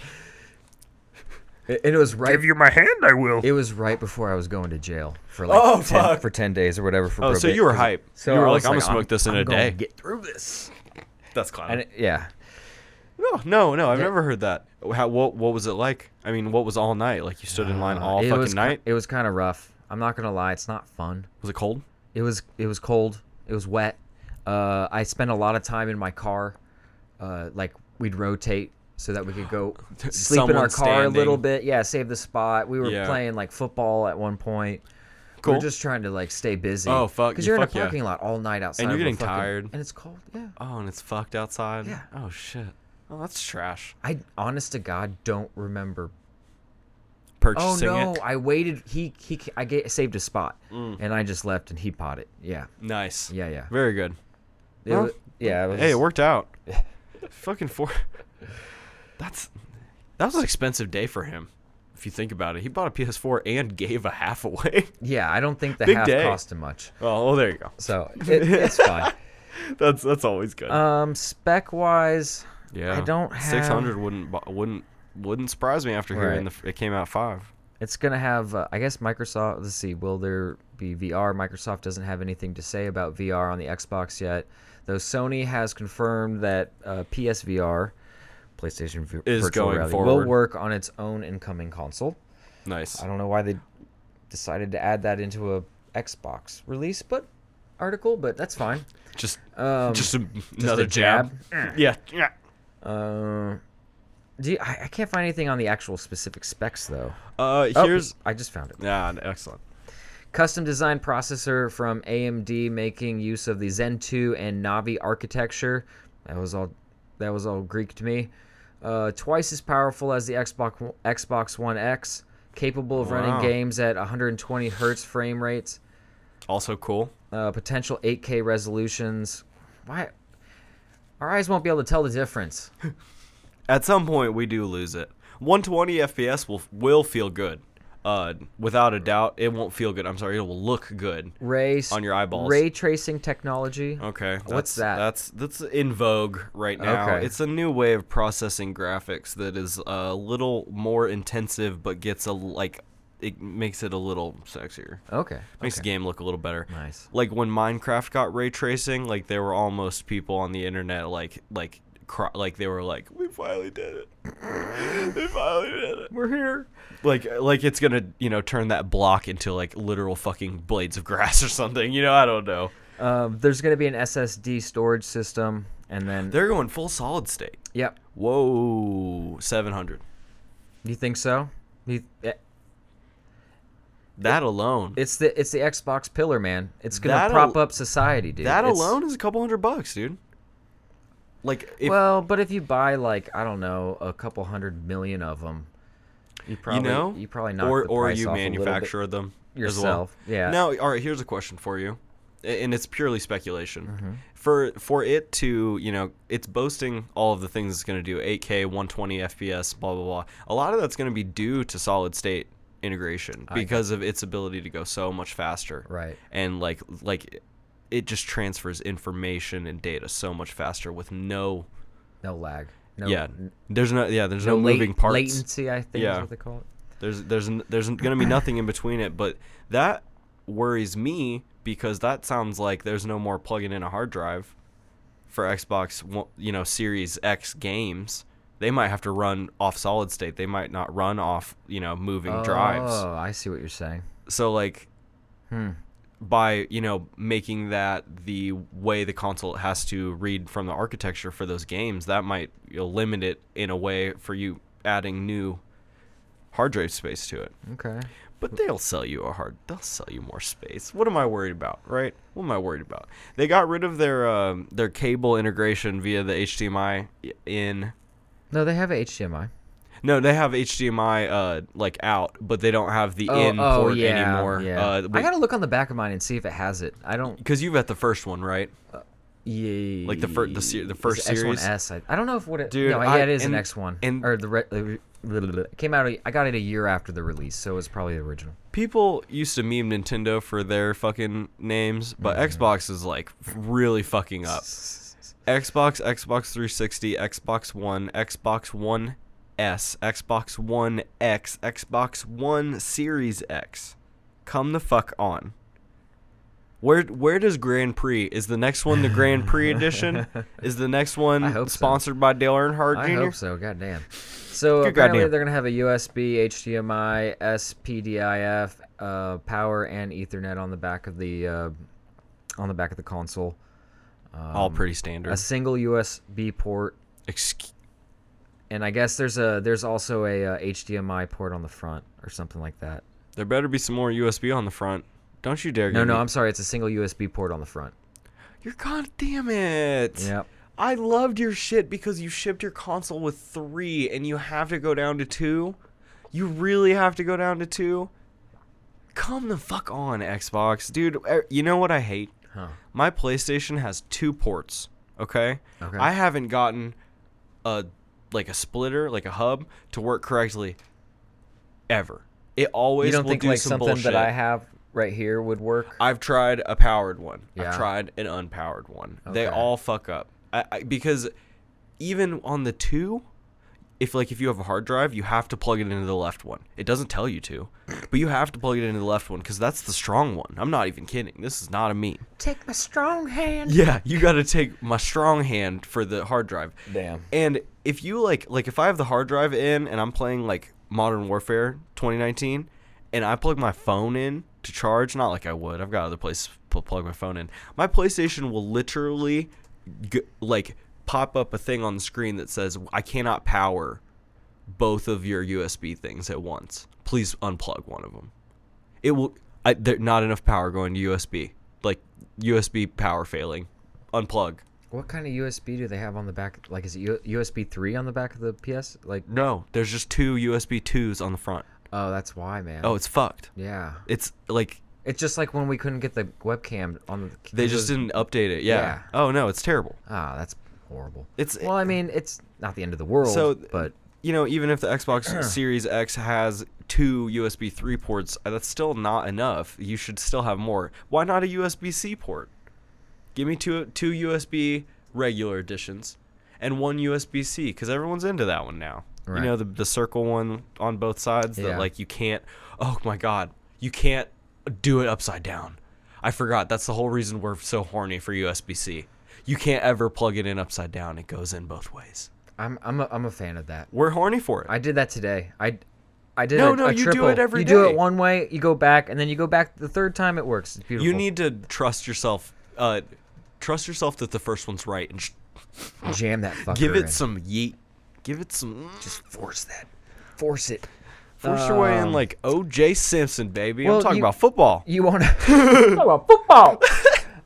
And it was right. Give you my hand, I will. It was right before I was going to jail for like Oh, 10 fuck. for ten days or whatever. For Oh, so probate- you were hype. So you were I like, was "I'm like, gonna smoke this in I'm a gonna day." Get through this. That's clown. And it- yeah, no, no, no. I've never heard that. How, what what was it like? I mean, what was all night? Like you stood in line all it fucking was ki- night? it was kind of rough. I'm not gonna lie. It's not fun. was it cold? It was it was cold. It was wet. Uh, I spent a lot of time in my car. Uh, like we'd rotate, so that we could go sleep in our Someone car a little standing. bit. Yeah, save the spot. We were Yeah. playing like football at one point. We Cool. are just trying to like stay busy. Oh, fuck, Because you- you're in a fuck yeah. parking lot all night outside. you're of a getting fucking- tired. And it's cold. Yeah. Oh, and it's fucked outside. Yeah. Oh shit. Oh, that's trash. I honest to God don't remember. Oh Purchasing no, it. I waited. He he. I ga saved a spot, Mm. and I just left, and he pot it. Yeah. Nice. Yeah, yeah. Very good. It Well, wa- yeah. It was, Hey, it worked out. Fucking four. That's that was an expensive day for him. If you think about it, he bought a PS4 and gave a half away. Yeah, I don't think the Big half day. cost him much, Oh, well, there you go. so it, it's fine. That's that's always good. Um, spec wise, yeah, I don't have- six hundred. Wouldn't bu- wouldn't wouldn't surprise me after hearing Right. the f- it came out five. it's gonna have. Uh, I guess Microsoft. Let's see. Will there be VR? Microsoft doesn't have anything to say about VR on the Xbox yet, though Sony has confirmed that uh, PSVR, PlayStation Vi- Is Virtual going Reality, will forward. work on its own incoming console. Nice. I don't know why they decided to add that into a Xbox release, but article, but that's fine. Just Um, just, a, another a jab. Yeah, yeah. Uh, do you, I, I can't find anything on the actual specific specs though. Uh, Oh, here's I just found it. yeah, excellent. Custom designed processor from AMD, making use of the Zen 2 and Navi architecture. That was all. That was all Greek to me. Uh, twice as powerful as the Xbox Xbox One X, capable of running Wow. games at 120 hertz frame rates. Also cool. uh, potential 8K resolutions. Why? Our eyes won't be able to tell the difference. At some point, we do lose it. 120 FPS will will feel good. Uh, without a doubt, it won't feel good. I'm sorry, it will look good. Ray On your eyeballs. Ray tracing technology. Okay. What's that's- that? That's that's in vogue right now. Okay. It's a new way of processing graphics that is a little more intensive, but gets a like it makes it a little sexier. Oh, Okay. Makes the game look a little better. Nice. Like when Minecraft got ray tracing, like there were almost people on the internet like like cro- like they were like, "We finally did it. we finally did it. We're here." Like like it's going to, you know, turn that block into like literal fucking blades of grass or something. You know, I don't know. Um, there's going to be an SSD storage system, and then They're going full solid state. yep. Whoa, 700. You think so? You, eh, That alone. it's the it's the Xbox pillar, man. It's going to That prop al- up society, dude. that It's- alone is a couple hundred bucks, dude. Like if well, but if you buy like I don't know a couple hundred million of them, you probably you know, you probably knock or the or price you off a little bit. manufacture them as well. yourself, yeah. Now, all right. Here's a question for you, a- and it's purely speculation. Mm-hmm. For for it to you know, it's boasting all of the things it's going to do: 8K, 120 FPS, blah blah blah. A lot of that's going to be due to solid state integration because of its ability to go so much faster. Right. And like like, it just transfers information and data so much faster with no No lag. No, yeah. n- There's no yeah. There's no, no late- moving parts. Latency, I think is Yeah. what they call it. There's there's n- there's going to be nothing in between it, but that worries me because that sounds like there's no more plugging in a hard drive for Xbox, One- you know, Series X games. They might have to run off solid state. They might not run off, you know, moving drives. Oh, I see what you're saying. So like by, you know, making that the way the console has to read from the architecture for those games, that might you know, limit it in a way for you adding new hard drive space to it. Okay. But they'll sell you a hard. They'll sell you more space. What am I worried about, right? What am I worried about? They got rid of their um, their cable integration via the HDMI in. No, they have a HDMI. No, they have HDMI uh like out, but they don't have the Oh, in oh, port yeah, anymore. yeah. Uh, I gotta look on the back of mine and see if it has it. I don't. because you've got the first one, right? Yeah. the fir- the se- the first series? X1S. I, I don't know if what it. Dude, no, I- yeah, it is an and- X one. and- or the re- the re- blah, blah, blah. It came out. a- I got it a year after the release, so it was probably the original. People used to meme Nintendo for their fucking names, but Xbox is like really fucking up. Xbox, Xbox 360, Xbox One, Xbox One S, Xbox One X, Xbox One Series X. Come the fuck on. Where where does Grand Prix is the next one the Grand Prix edition? Is the next I hope one so. sponsored by Dale Earnhardt I Jr.? hope so. Goddamn. So Good apparently goddamn. they're gonna have a USB, HDMI, SPDIF, uh, power, and Ethernet on the back of the uh, on the back of the console. All pretty standard. A single USB port. Excu- and I guess there's a there's also a uh, HDMI port on the front or something like that. There better be some more USB on the front. Don't you dare. No, give no, me- I'm sorry. It's a single USB port on the front. You're goddamn it. Yep. I loved your shit because you shipped your console with three and you have to go down to two. You really have to go down to two. Come the fuck on, Xbox. Dude, er, you know what I hate? Huh. My PlayStation has two ports, okay? Okay. I haven't gotten a like a splitter, like a hub, to work correctly ever. It always You don't will think do like some something bullshit. that I have right here would work? I've tried a powered one. Yeah. I've tried an unpowered one. They Okay. all fuck up. I, I, because even on the two, if like if you have a hard drive, you have to plug it into the left one. It doesn't tell you to, but you have to plug it into the left one because that's the strong one. I'm not even kidding. This is not a meme. Take my strong hand. Yeah, you got to take my strong hand for the hard drive. Damn. And if you like, like if I have the hard drive in and I'm playing like Modern Warfare 2019, and I plug my phone in to charge, not like I would. I've got other places to plug my phone in. My PlayStation will literally, g- like, pop up a thing on the screen that says I cannot power both of your USB things at once. Please unplug one of them. It will. I, there, not enough power going to USB. Like USB power failing. Unplug. What kind of USB do they have on the back? Like, is it U- USB three on the back of the PS? Like, No, there's just two USB twos on the front. oh, that's why, man. Oh, it's fucked. yeah. It's like It's just like when we couldn't get the webcam on the. they just didn't update it. Yeah. Yeah. Oh no, it's terrible. Ah, that's horrible. It's- well, I mean, it's not the end of the world. So- but You know, even if the Xbox Series X has two USB 3 ports, uh, that's still not enough. You should still have more. Why not a USB C port? Give me two two USB regular editions and one USB C because everyone's into that one now. Right. You know the the circle one on both sides Yeah. that like you can't. Oh my God, you can't do it upside down. I forgot. That's the whole reason we're so horny for USB C. You can't ever plug it in upside down. It goes in both ways. I'm I'm a, I'm a fan of that. We're horny for it. I did that today. I I did No, a, no, a you do triple. it every You do day. it one way, you go back, and then you go back the third time. It works. It's beautiful. You need to trust yourself. Uh, trust yourself that the first one's right, and sh- jam that fucker. give it in. some yeet. Give it some. Just force that, force it. force your way in like O.J. Simpson, baby. uh, well, I'm talking you- about football. You want to talk about football?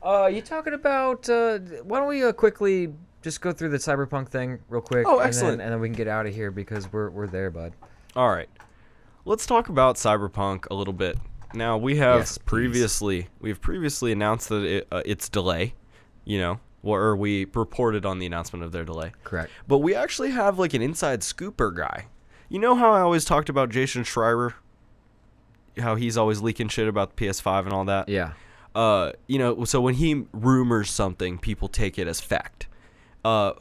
uh, you talking about? Uh, why don't we uh, quickly just go through the cyberpunk thing real quick? Oh, and then- excellent. and then we can get out of here because we're we're there, bud. All right, let's talk about Cyberpunk a little bit. Now we have Yes, please. previously we've previously announced that it, uh, its delay, you know, or we reported on the announcement of their delay. Correct. But we actually have like an inside scooper guy. You know how I always talked about Jason Schreier? How he's always leaking shit about the PS5 and all that? Yeah. Uh, you know, so when he rumors something, people take it as fact. Uh,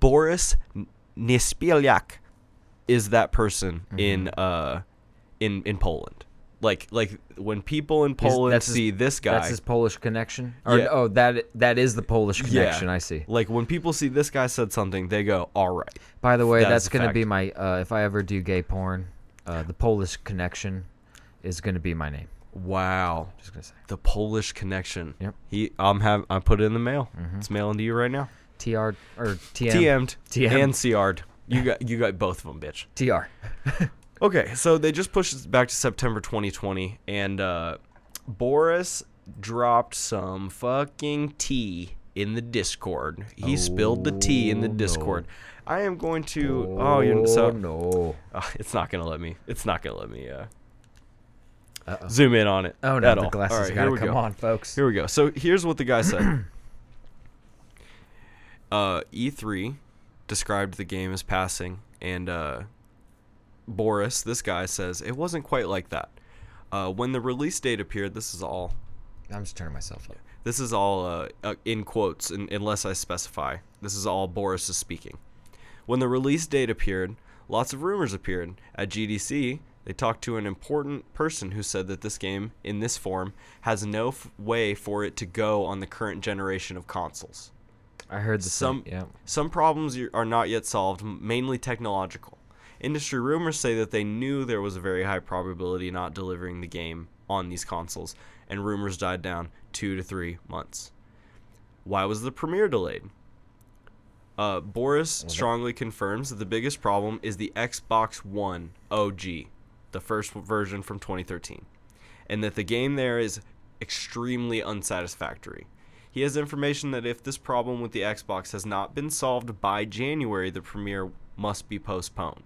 Boris N- Nispieljak is that person Mm-hmm. in uh in in Poland. Like like when people in Is- Poland that's his- see this guy That's his Polish connection. Or, Yeah. Oh, that that is the Polish connection. I see. Like when people see this guy said something, they go, "All right." By the way, That is that's a gonna be fact. my uh, if I ever do gay porn, uh, the Polish connection is gonna be my name. Wow. Just gonna say The Polish connection. Yep. He, I'm have, I put it in the mail. It's mailing to you right now. T R or T M TM'd TM. and CR'd. You got, you got both of them, bitch. T R. Okay, so they just pushed it back to September 2020, and uh, Boris dropped some fucking tea in the Discord. He spilled the tea in the Oh, Discord. I am going to. Oh, you're so. no. Uh, it's not gonna let me. It's not gonna let me. Uh, zoom in on it. Oh no, at the all. glasses All right, here gotta we come go. on, folks. Here we go. So here's what the guy said. uh, E3 described the game as passing, and uh, Boris, this guy, says it wasn't quite like that. Uh, when the release date appeared, this is all I'm just turning myself up. this is all uh, uh, in quotes, un unless I specify. This is all Boris is speaking. When the release date appeared, lots of rumors appeared. At GDC, they talked to an important person who said that this game, in this form, has no f- way for it to go on the current generation of consoles. I heard the Some some. Yeah. some problems y- are not yet solved, m- mainly technological. Industry rumors say that they knew there was a very high probability not delivering the game on these consoles, and rumors died down two to three months. Why was the premiere delayed? Uh, Boris strongly confirms that the biggest problem is the Xbox One OG, the first version from 2013, and that the game there is extremely unsatisfactory. He has information that if this problem with the Xbox has not been solved by January, the premiere must be postponed.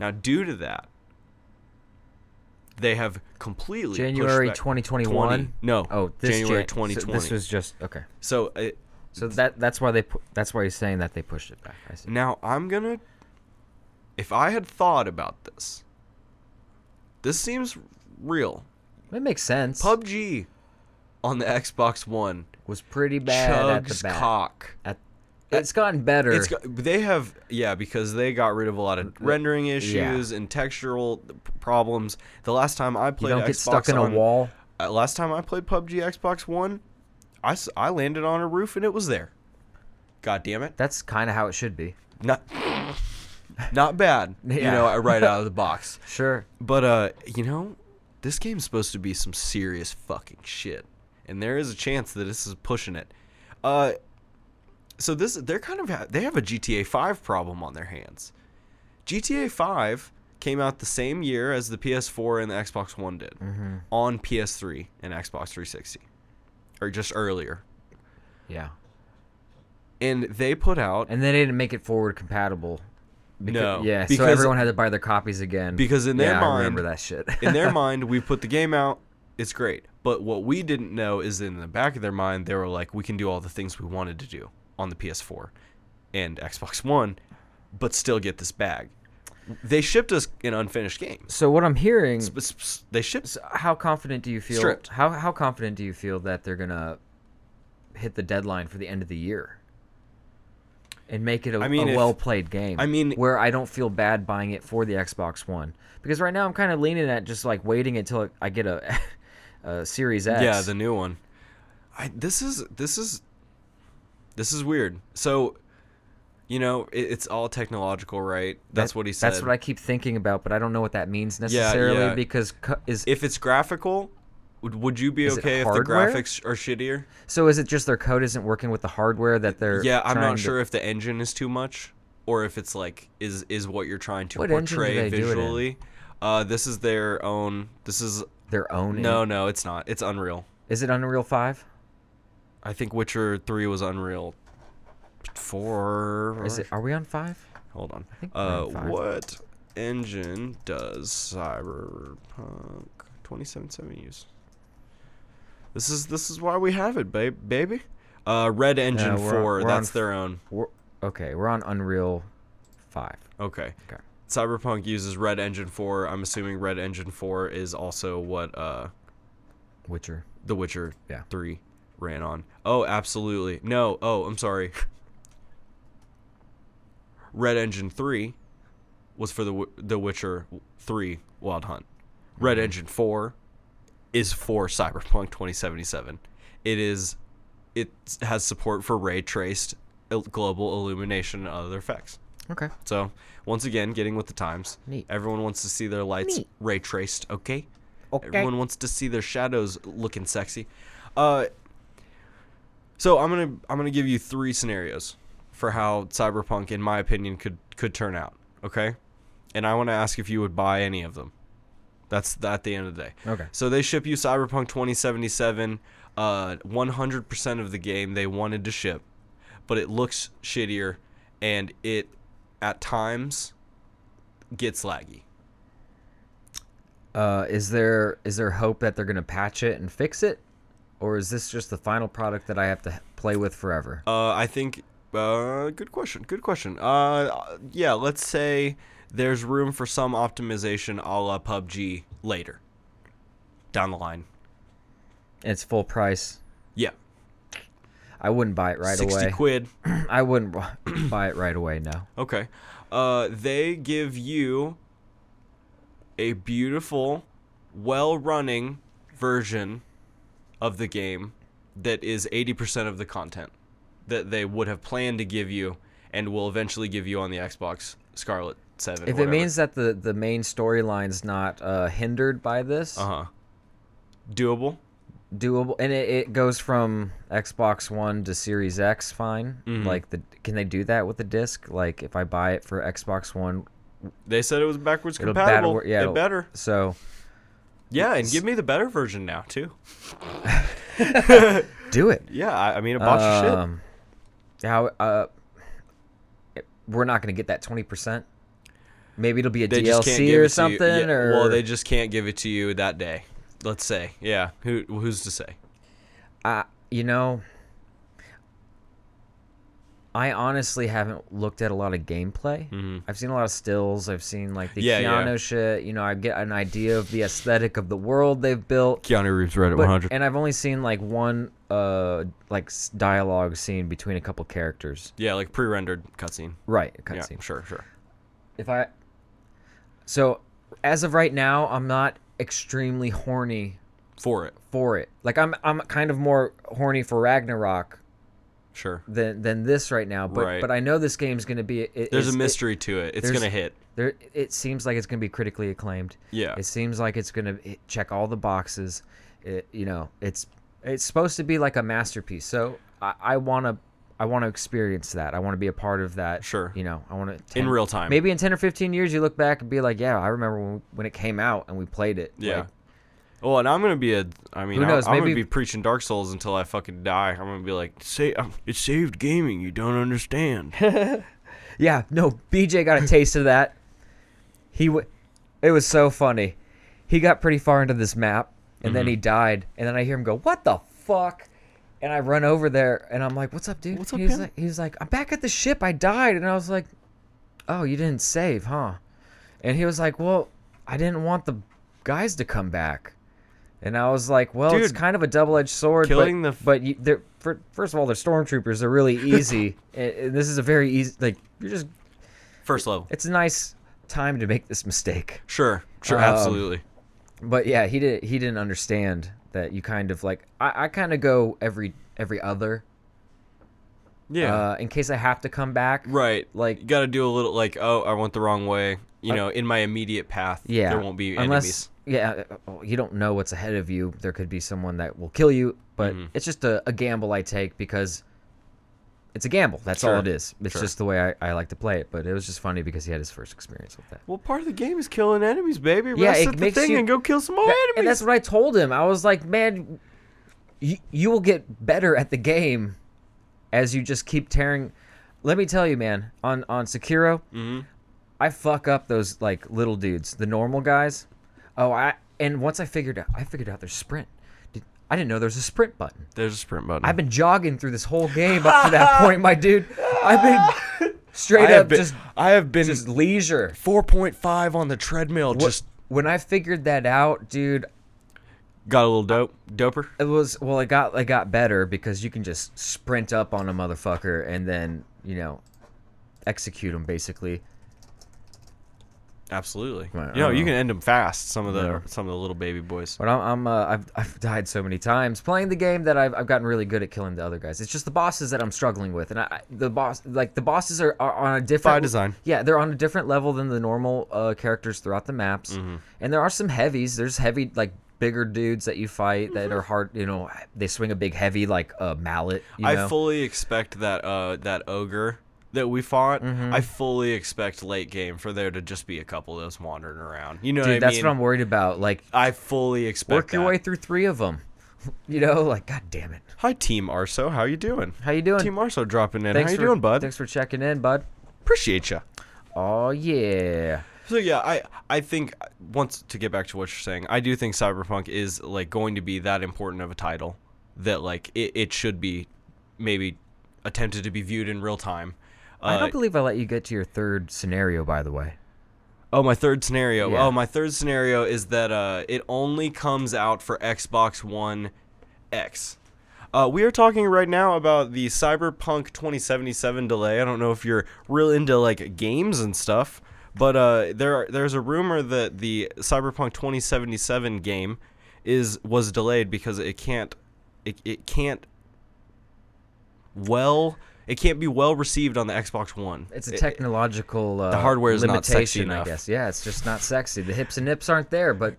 Now, due to that, they have completely pushed January back- 2021. 20 no, Oh, this January Jan- so 2020. this was just okay. So uh, it, So that that's why they pu- that's why he's saying that they pushed it back. I see. now I'm gonna. If I had thought about this, this seems real. It makes sense. PUBG on the Xbox One was pretty bad at chugs the back. Er. cock. At- it's gotten better. It's got, they have yeah because they got rid of a lot of rendering issues and textural problems. The last time I you played don't Xbox get stuck in a on- wall. uh, last time I played PUBG Xbox One, I, s- I landed on a roof and it was there. God damn it. That's kind of how it should be. Not not bad. You Yeah. know, right out of the box. Sure. But uh, you know, this game's supposed to be some serious fucking shit, and there is a chance that this is pushing it. Uh, so this they're kind of ha- they have a GTA 5 problem on their hands. GTA 5 came out the same year as the PS4 and the Xbox One did Mm-hmm. on PS3 and Xbox 360, or just earlier. Yeah. And they put out And they didn't make it forward compatible. no, Yeah. so because everyone had to buy their copies again. because in their yeah, I remember mind- that shit. in their mind, we put the game out. It's great. But what we didn't know is in the back of their mind, they were like, we can do all the things we wanted to do on the PS4 and Xbox One, but still get this bag. They shipped us an unfinished game. so what I'm hearing. Sp- sp- sp- They shipped. So how confident do you feel? Stripped. How how confident do you feel that they're gonna hit the deadline for the end of the year and make it a, I mean, if- well played game? I mean- where I don't feel bad buying it for the Xbox One because right now I'm kind of leaning at just like waiting until I get a, a Series X. Yeah, the new one. I, this is this is this is weird. So, you know, it, it's all technological, right? That's That- what he said. That's what I keep thinking about, but I don't know what that means yeah. necessarily because co- is If it's graphical, would, would you be Is it okay if the hardware? graphics are shittier? so is it just their code isn't working with the hardware that they're Yeah, I'm trying not to- sure if the engine is too much or if it's like is is what you're trying to What engine do portray they do it in? visually. Uh, this is their own. This is their own no, no, it's not. It's Unreal. is it Unreal Five? I think Witcher Three was Unreal. Four. Is it are we on five? Hold on. think we're Uh, on five. what engine does Cyberpunk 2077 use? This is this is why we have it, babe, baby. Uh, Red Engine we're on- 4. we're on that's f- their own. We're, okay, we're on Unreal 5. Okay. Okay. Cyberpunk uses Red Engine 4. I'm assuming Red Engine 4 is also what uh, Witcher. The Witcher Yeah. 3 ran on. Oh, absolutely. No. Oh, I'm sorry. Red Engine 3 was for The, Wi- the Witcher 3 Wild Hunt. Mm-hmm. Red Engine 4 is for Cyberpunk 2077. It is it has support for ray traced il- global illumination and other effects. Okay. So, once again, getting with the times. Neat. Everyone wants to see their lights Neat. ray traced, okay? Okay. Everyone wants to see their shadows looking sexy. Uh So, I'm going to I'm going to give you three scenarios for how Cyberpunk in my opinion could could turn out, okay? And I want to ask if you would buy any of them. That's at the end of the day. Okay. So they ship you Cyberpunk 2077, uh, 100% of the game they wanted to ship, but it looks shittier and it at times gets laggy. Uh, is there is there hope that they're going to patch it and fix it? Or is this just the final product that I have to h- play with forever? Uh, I think. Uh, good question. Good question. Uh, yeah, let's say there's room for some optimization a la PUBG later down the line. it's full price. Yeah. I wouldn't buy it right 60 away. quid. I wouldn't wa- buy it right away, no. Okay. Uh, they give you a beautiful, well running version of the game that is 80% of the content that they would have planned to give you and will eventually give you on the Xbox Scarlet 7. If it means that the, the Uh-huh. main storyline's not uh, hindered by this, Uh huh. Doable? doable, and it, it goes from Xbox One to Series X. Fine, Mm-hmm. like the can they do that with the disc? Like if I buy it for Xbox One, They said it was backwards it'll compatible. bad, yeah, They it'll- better. So Yeah, and give me the better version now too. do it. Yeah, I, I mean, a box of shit. Um, How uh, it- we're not gonna get that twenty percent. Maybe it'll be a They DLC just can't or give it to you- something, yeah, or well, they just can't give it to you that day. Let's say, yeah. Who who's to say? I, you know, I honestly haven't looked at a lot of gameplay. I've seen a lot of stills. I've seen like the Mm-hmm. Yeah, Keanu yeah. shit. You know, I get an idea of the aesthetic of the world they've built. Keanu Reeves read it But, and I've only seen like one uh like s- dialogue scene between a couple characters. Yeah, like pre-rendered cutscene. Right, a Yeah, cutscene. sure, sure. If I so as of right now, I'm not extremely horny For it, for it. Like I'm I'm kind of more horny for Ragnarok sure. than than this right now. But Right. but I know this game's gonna be. It, There's it's- a it- mystery to it. It's there's- gonna hit. there, it seems like it's gonna be critically acclaimed. Yeah. It seems like it's gonna hit- check all the boxes. It, you know, it's it's supposed to be like a masterpiece. So I, I wanna I wanna experience that. I wanna be a part of that. Sure. You know, I wanna In 10 real time. Maybe in ten or fifteen years, you look back and be like, yeah, I remember when, when it came out and we played it. Yeah. Like, well, and I'm gonna be a. I mean, Who I- knows, I'm gonna maybe- be preaching Dark Souls until I fucking die. I'm gonna be like, say, um, it saved gaming. You don't understand. Yeah, no, BJ got a taste of that. He w- it was so funny. He got pretty far into this map and then Mm-hmm. he died and then I hear him go, "What the fuck?" And I run over there and I'm like, "What's up, dude?" What's up, he's man? like he's like, "I'm back at the ship. I died." And I was like, "Oh, you didn't save, huh?" And he was like, "Well, I didn't want the guys to come back." And I was like, "Well, it's Dude, kind of a double-edged sword, but- killing the f- but you, they're for, first of all, they're stormtroopers. They're really easy, and, and this is a very easy like you're just First level. it's a nice time to make this mistake. Sure, sure, Um, absolutely. But yeah, he did he didn't understand that you kind of like I, I kind of go every every other Yeah. uh, in case I have to come back. Right. like- you got to do a little like, oh, I went the wrong way. You know, in my immediate path, Yeah. there won't be unless yeah, uh, uh, you don't know what's ahead of you. There could be someone that will kill you, but Mm-hmm. it's just a, a gamble I take because it's a gamble. That's all Sure, it is. It's sure. just the way I, I like to play it. But it was just funny because he had his first experience with that. Well, part of the game is killing enemies, baby. Yeah, Rest it at the makes thing you- and go kill some more That- And that's what I told him. I was like, man, you, you will get better at the game as you just keep tearing. Let me tell you, man, on, on Sekiro, Mm-hmm. I fuck up those like little dudes, the normal guys. Oh, I and once I figured out, I figured out their sprint. Did, I didn't know there's a sprint button. There's a sprint button. I've been jogging through this whole game up to that point, my dude. I've been straight have up been- just I have been just leisure. 4.5 on the treadmill. Wh- Just when I figured that out, dude, got a little dope, doper. It was well. It got it got better because you can just sprint up on a motherfucker and then you know execute him basically. Absolutely. Right, I you know, don't you know. can end them fast. Some of the Yeah. some of the little baby boys. But I'm, I'm uh, I've I've died so many times playing the game that I've I've gotten really good at killing the other guys. It's just the bosses that I'm struggling with, and I I- the boss like the bosses are, are on a different By design. Yeah, they're on a different level than the normal uh, characters throughout the maps, Mm-hmm. and there are some heavies. There's heavy like bigger dudes that you fight that are hard. You know, they swing a big heavy like uh, mallet. You I know? fully expect that uh that ogre that we fought. Mm-hmm. I fully expect late game for there to just be a couple of those wandering around. You know Dude, what I that's mean? what I'm worried about. Like I fully expect work your that. way through three of them. You know, like God damn it. Hi, Team Arso. How you doing? How you doing? Team Arso dropping in. How you for, doing, bud? Thanks for checking in, bud. Appreciate you. Oh yeah. So yeah, I I think uh, once to get back to what you're saying, I do think Cyberpunk is like going to be that important of a title that like it, it should be maybe attempted to be viewed in real time. Uh, I don't believe I let you get to your third scenario, by the way. oh, my third scenario. Yeah. Oh, my third scenario is that uh, it only comes out for Xbox One X. Uh, we are talking right now about the Cyberpunk 2077 delay. I don't know if you're real into like games and stuff, but uh, there are, there's a rumor that the Cyberpunk 2077 game is was delayed because it can't it, it can't well it can't be well received on the Xbox One. It's a It- technological uh, hardware is not sexy limitation, enough. I guess. Yeah, it's just not sexy. The hips and nips aren't there, but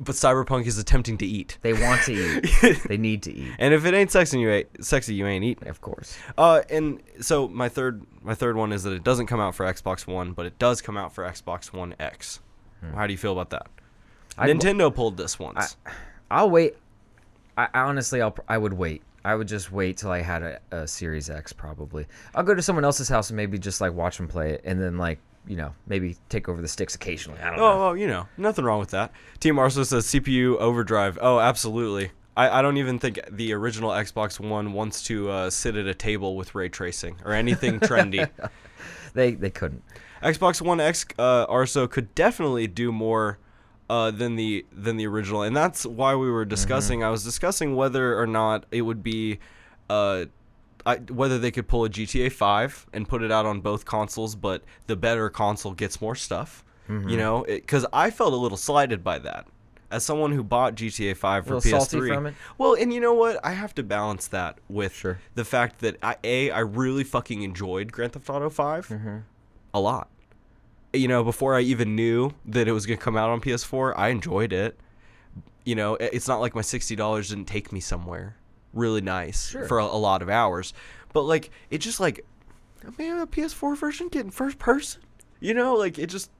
but Cyberpunk is attempting to eat. They want to eat. they need to eat. And if it ain't sexy, you ain't sexy. You ain't eating. Of course. Uh, and so my third my third one is that it doesn't come out for Xbox One, but it does come out for Xbox One X. Hmm. How do you feel about that? I'd- Nintendo pulled this once. I'll wait. I, I honestly, I'll, pr- I would wait. I would just wait till I had a, a Series X, probably. I'll go to someone else's house and maybe just like watch them play it, and then like you know maybe take over the sticks occasionally. I don't know. oh, oh, you know, nothing wrong with that. Team Arso says CPU overdrive. Oh, absolutely. I, I don't even think the original Xbox One wants to uh, sit at a table with ray tracing or anything trendy. They they couldn't. Xbox One X uh, Arso could definitely do more uh, than the than the original, and that's why we Mm-hmm. were discussing. I was discussing whether or not it would be, uh, I, whether they could pull a GTA Five and put it out on both consoles, but the better console gets more stuff. Mm-hmm. You know, because I felt a little slighted by that. As someone who bought GTA 5 for Little PS3, salty from it? well, and you know what? I have to balance that with Sure. the fact that I, a I really fucking enjoyed Grand Theft Auto 5 a lot. You know, before I even knew that it was gonna come out on PS4, I enjoyed it. You know, i- it's not like my sixty dollars didn't take me somewhere really nice for a, a lot of hours, but like it just like man, a PS4 version getting first person. You know, like it just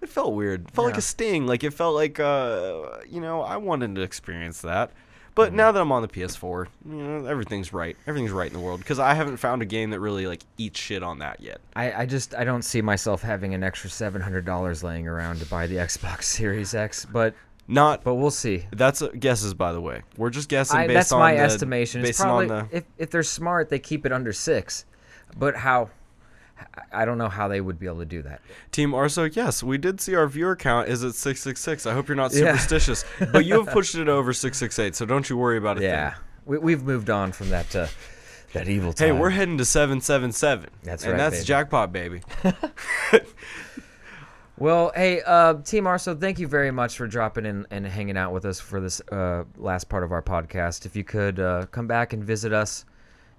it felt weird. It felt like Yeah. a sting. Like it felt like uh you know, I wanted to experience that. But now that I'm on the PS4, you know, everything's right. Everything's right in the world because I haven't found a game that really like eats shit on that yet. I, I just I don't see myself having an extra seven hundred dollars laying around to buy the Xbox Series X, but Not but we'll see. That's uh guesses, by the way. We're just guessing I, based that's on my the, estimation. It's Based probably on the, if, if they're smart, they keep it under six. But how? I- I don't know how they would be able to do that. Team Arso, yes, we did see our viewer count is at six six six. I hope you're not Yeah. superstitious, but you have pushed it over six six eight, so don't you worry about it. Yeah, we, we've moved on from that uh, that evil Hey, time. we're heading to seven seven seven. That's and right, that's baby. jackpot, baby. well. Hey, uh, Team Arso, thank you very much for dropping in and hanging out with us for this uh, last part of our podcast. If you could uh, come back and visit us,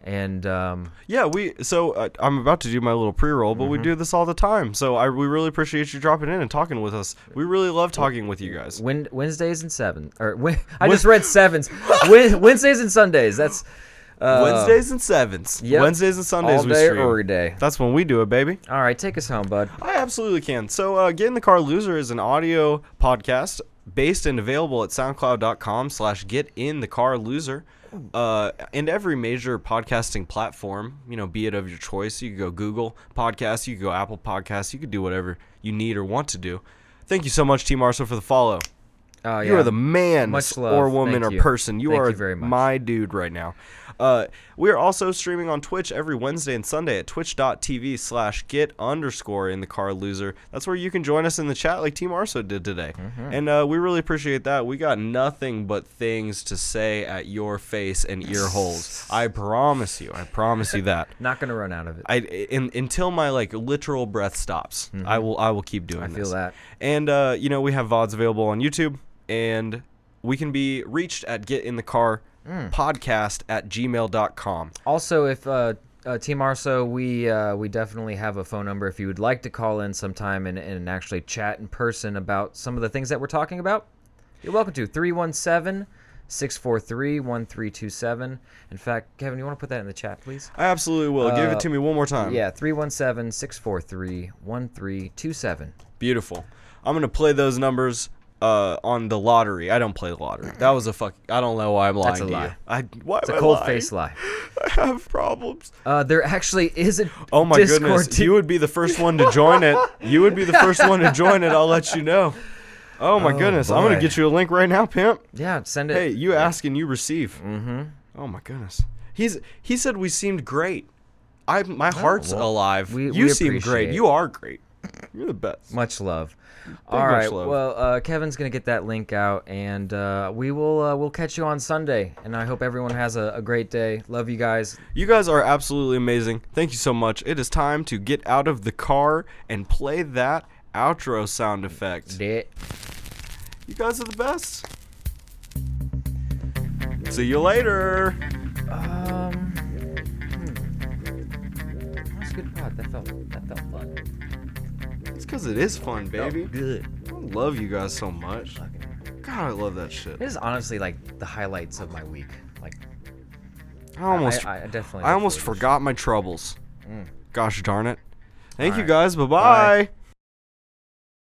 and um, Yeah, we. So uh, I'm about to do my little pre-roll, but we Mm-hmm. do this all the time. So I we really appreciate you dropping in and talking with us. We really love talking with you guys. Wed- Wednesdays and seven or Wed- I just read sevens. Wed- Wednesdays and Sundays. That's uh, Wednesdays and sevens. yep. Wednesdays and Sundays all we day, stream. every day. That's when we do it, baby. All right, take us home, bud. I absolutely can. So, uh, Get in the Car Loser is an audio podcast based and available at soundcloud.com slash get in the car loser uh, and every major podcasting platform you know be it of your choice you could go google podcasts you could go apple podcasts you could do whatever you need or want to do thank you so much team arso for the follow Oh, you yeah. are the man Much love. or woman Thank or you. person. You Thank are you very much. my dude right now. Uh, we are also streaming on Twitch every Wednesday and Sunday at twitch.tv slash get underscore in the car loser. That's where you can join us in the chat like Team Arso did today. Mm-hmm. And uh, we really appreciate that. We got nothing but things to say at your face and ear holes. I promise you. I promise you that. Not gonna run out of it. I in, until my like literal breath stops, I will I will keep doing. I Mm-hmm. feel that. And uh, you know we have vods available on YouTube, and we can be reached at get in the car Mm. podcast at gmail.com. Also, if uh, uh, Team Arso, we uh, we definitely have a phone number if you would like to call in sometime and, and actually chat in person about some of the things that we're talking about. You're welcome to 317 643 1327. In fact, Kevin, you want to put that in the chat, please? I absolutely will. Give Uh, it to me one more time. Yeah, 317 643 1327. Beautiful. I'm gonna play those numbers uh, on the lottery. I don't play the lottery. That was a fuck. I don't know why I'm lying a to you. lie. I why It's am a I cold lying? face lie. I have problems. Uh, there actually is a Oh my Discord goodness! team- You would be the first one to join it. You would be the first one to join it. I'll let you know. Oh my goodness! I'm gonna boy. get you a link right now, pimp. Yeah, send it. Hey, you ask and you receive. Mm-hmm. Oh my goodness. He's he said we seemed great. I my heart's Oh, well, alive. we- you we seem great. appreciate- You are great. You're the best. Much love. All much right. love. Well, uh, Kevin's gonna get that link out, and uh, we will uh, we'll catch you on Sunday. And I hope everyone has a, a great day. Love you guys. You guys are absolutely amazing. Thank you so much. It is time to get out of the car and play that outro sound effect. Dick. You guys are the best. See you later. Um. hmm. That was a good pod. That felt that felt fun. It's because it is fun, baby. Good. I love you guys so much. Fucking God, I love that shit. This is honestly like the highlights of my week. Like I almost, I, Mm. I definitely. I almost enjoyed this. forgot my troubles. Gosh darn it. Thank you Alright. guys. Bye-bye. bye bye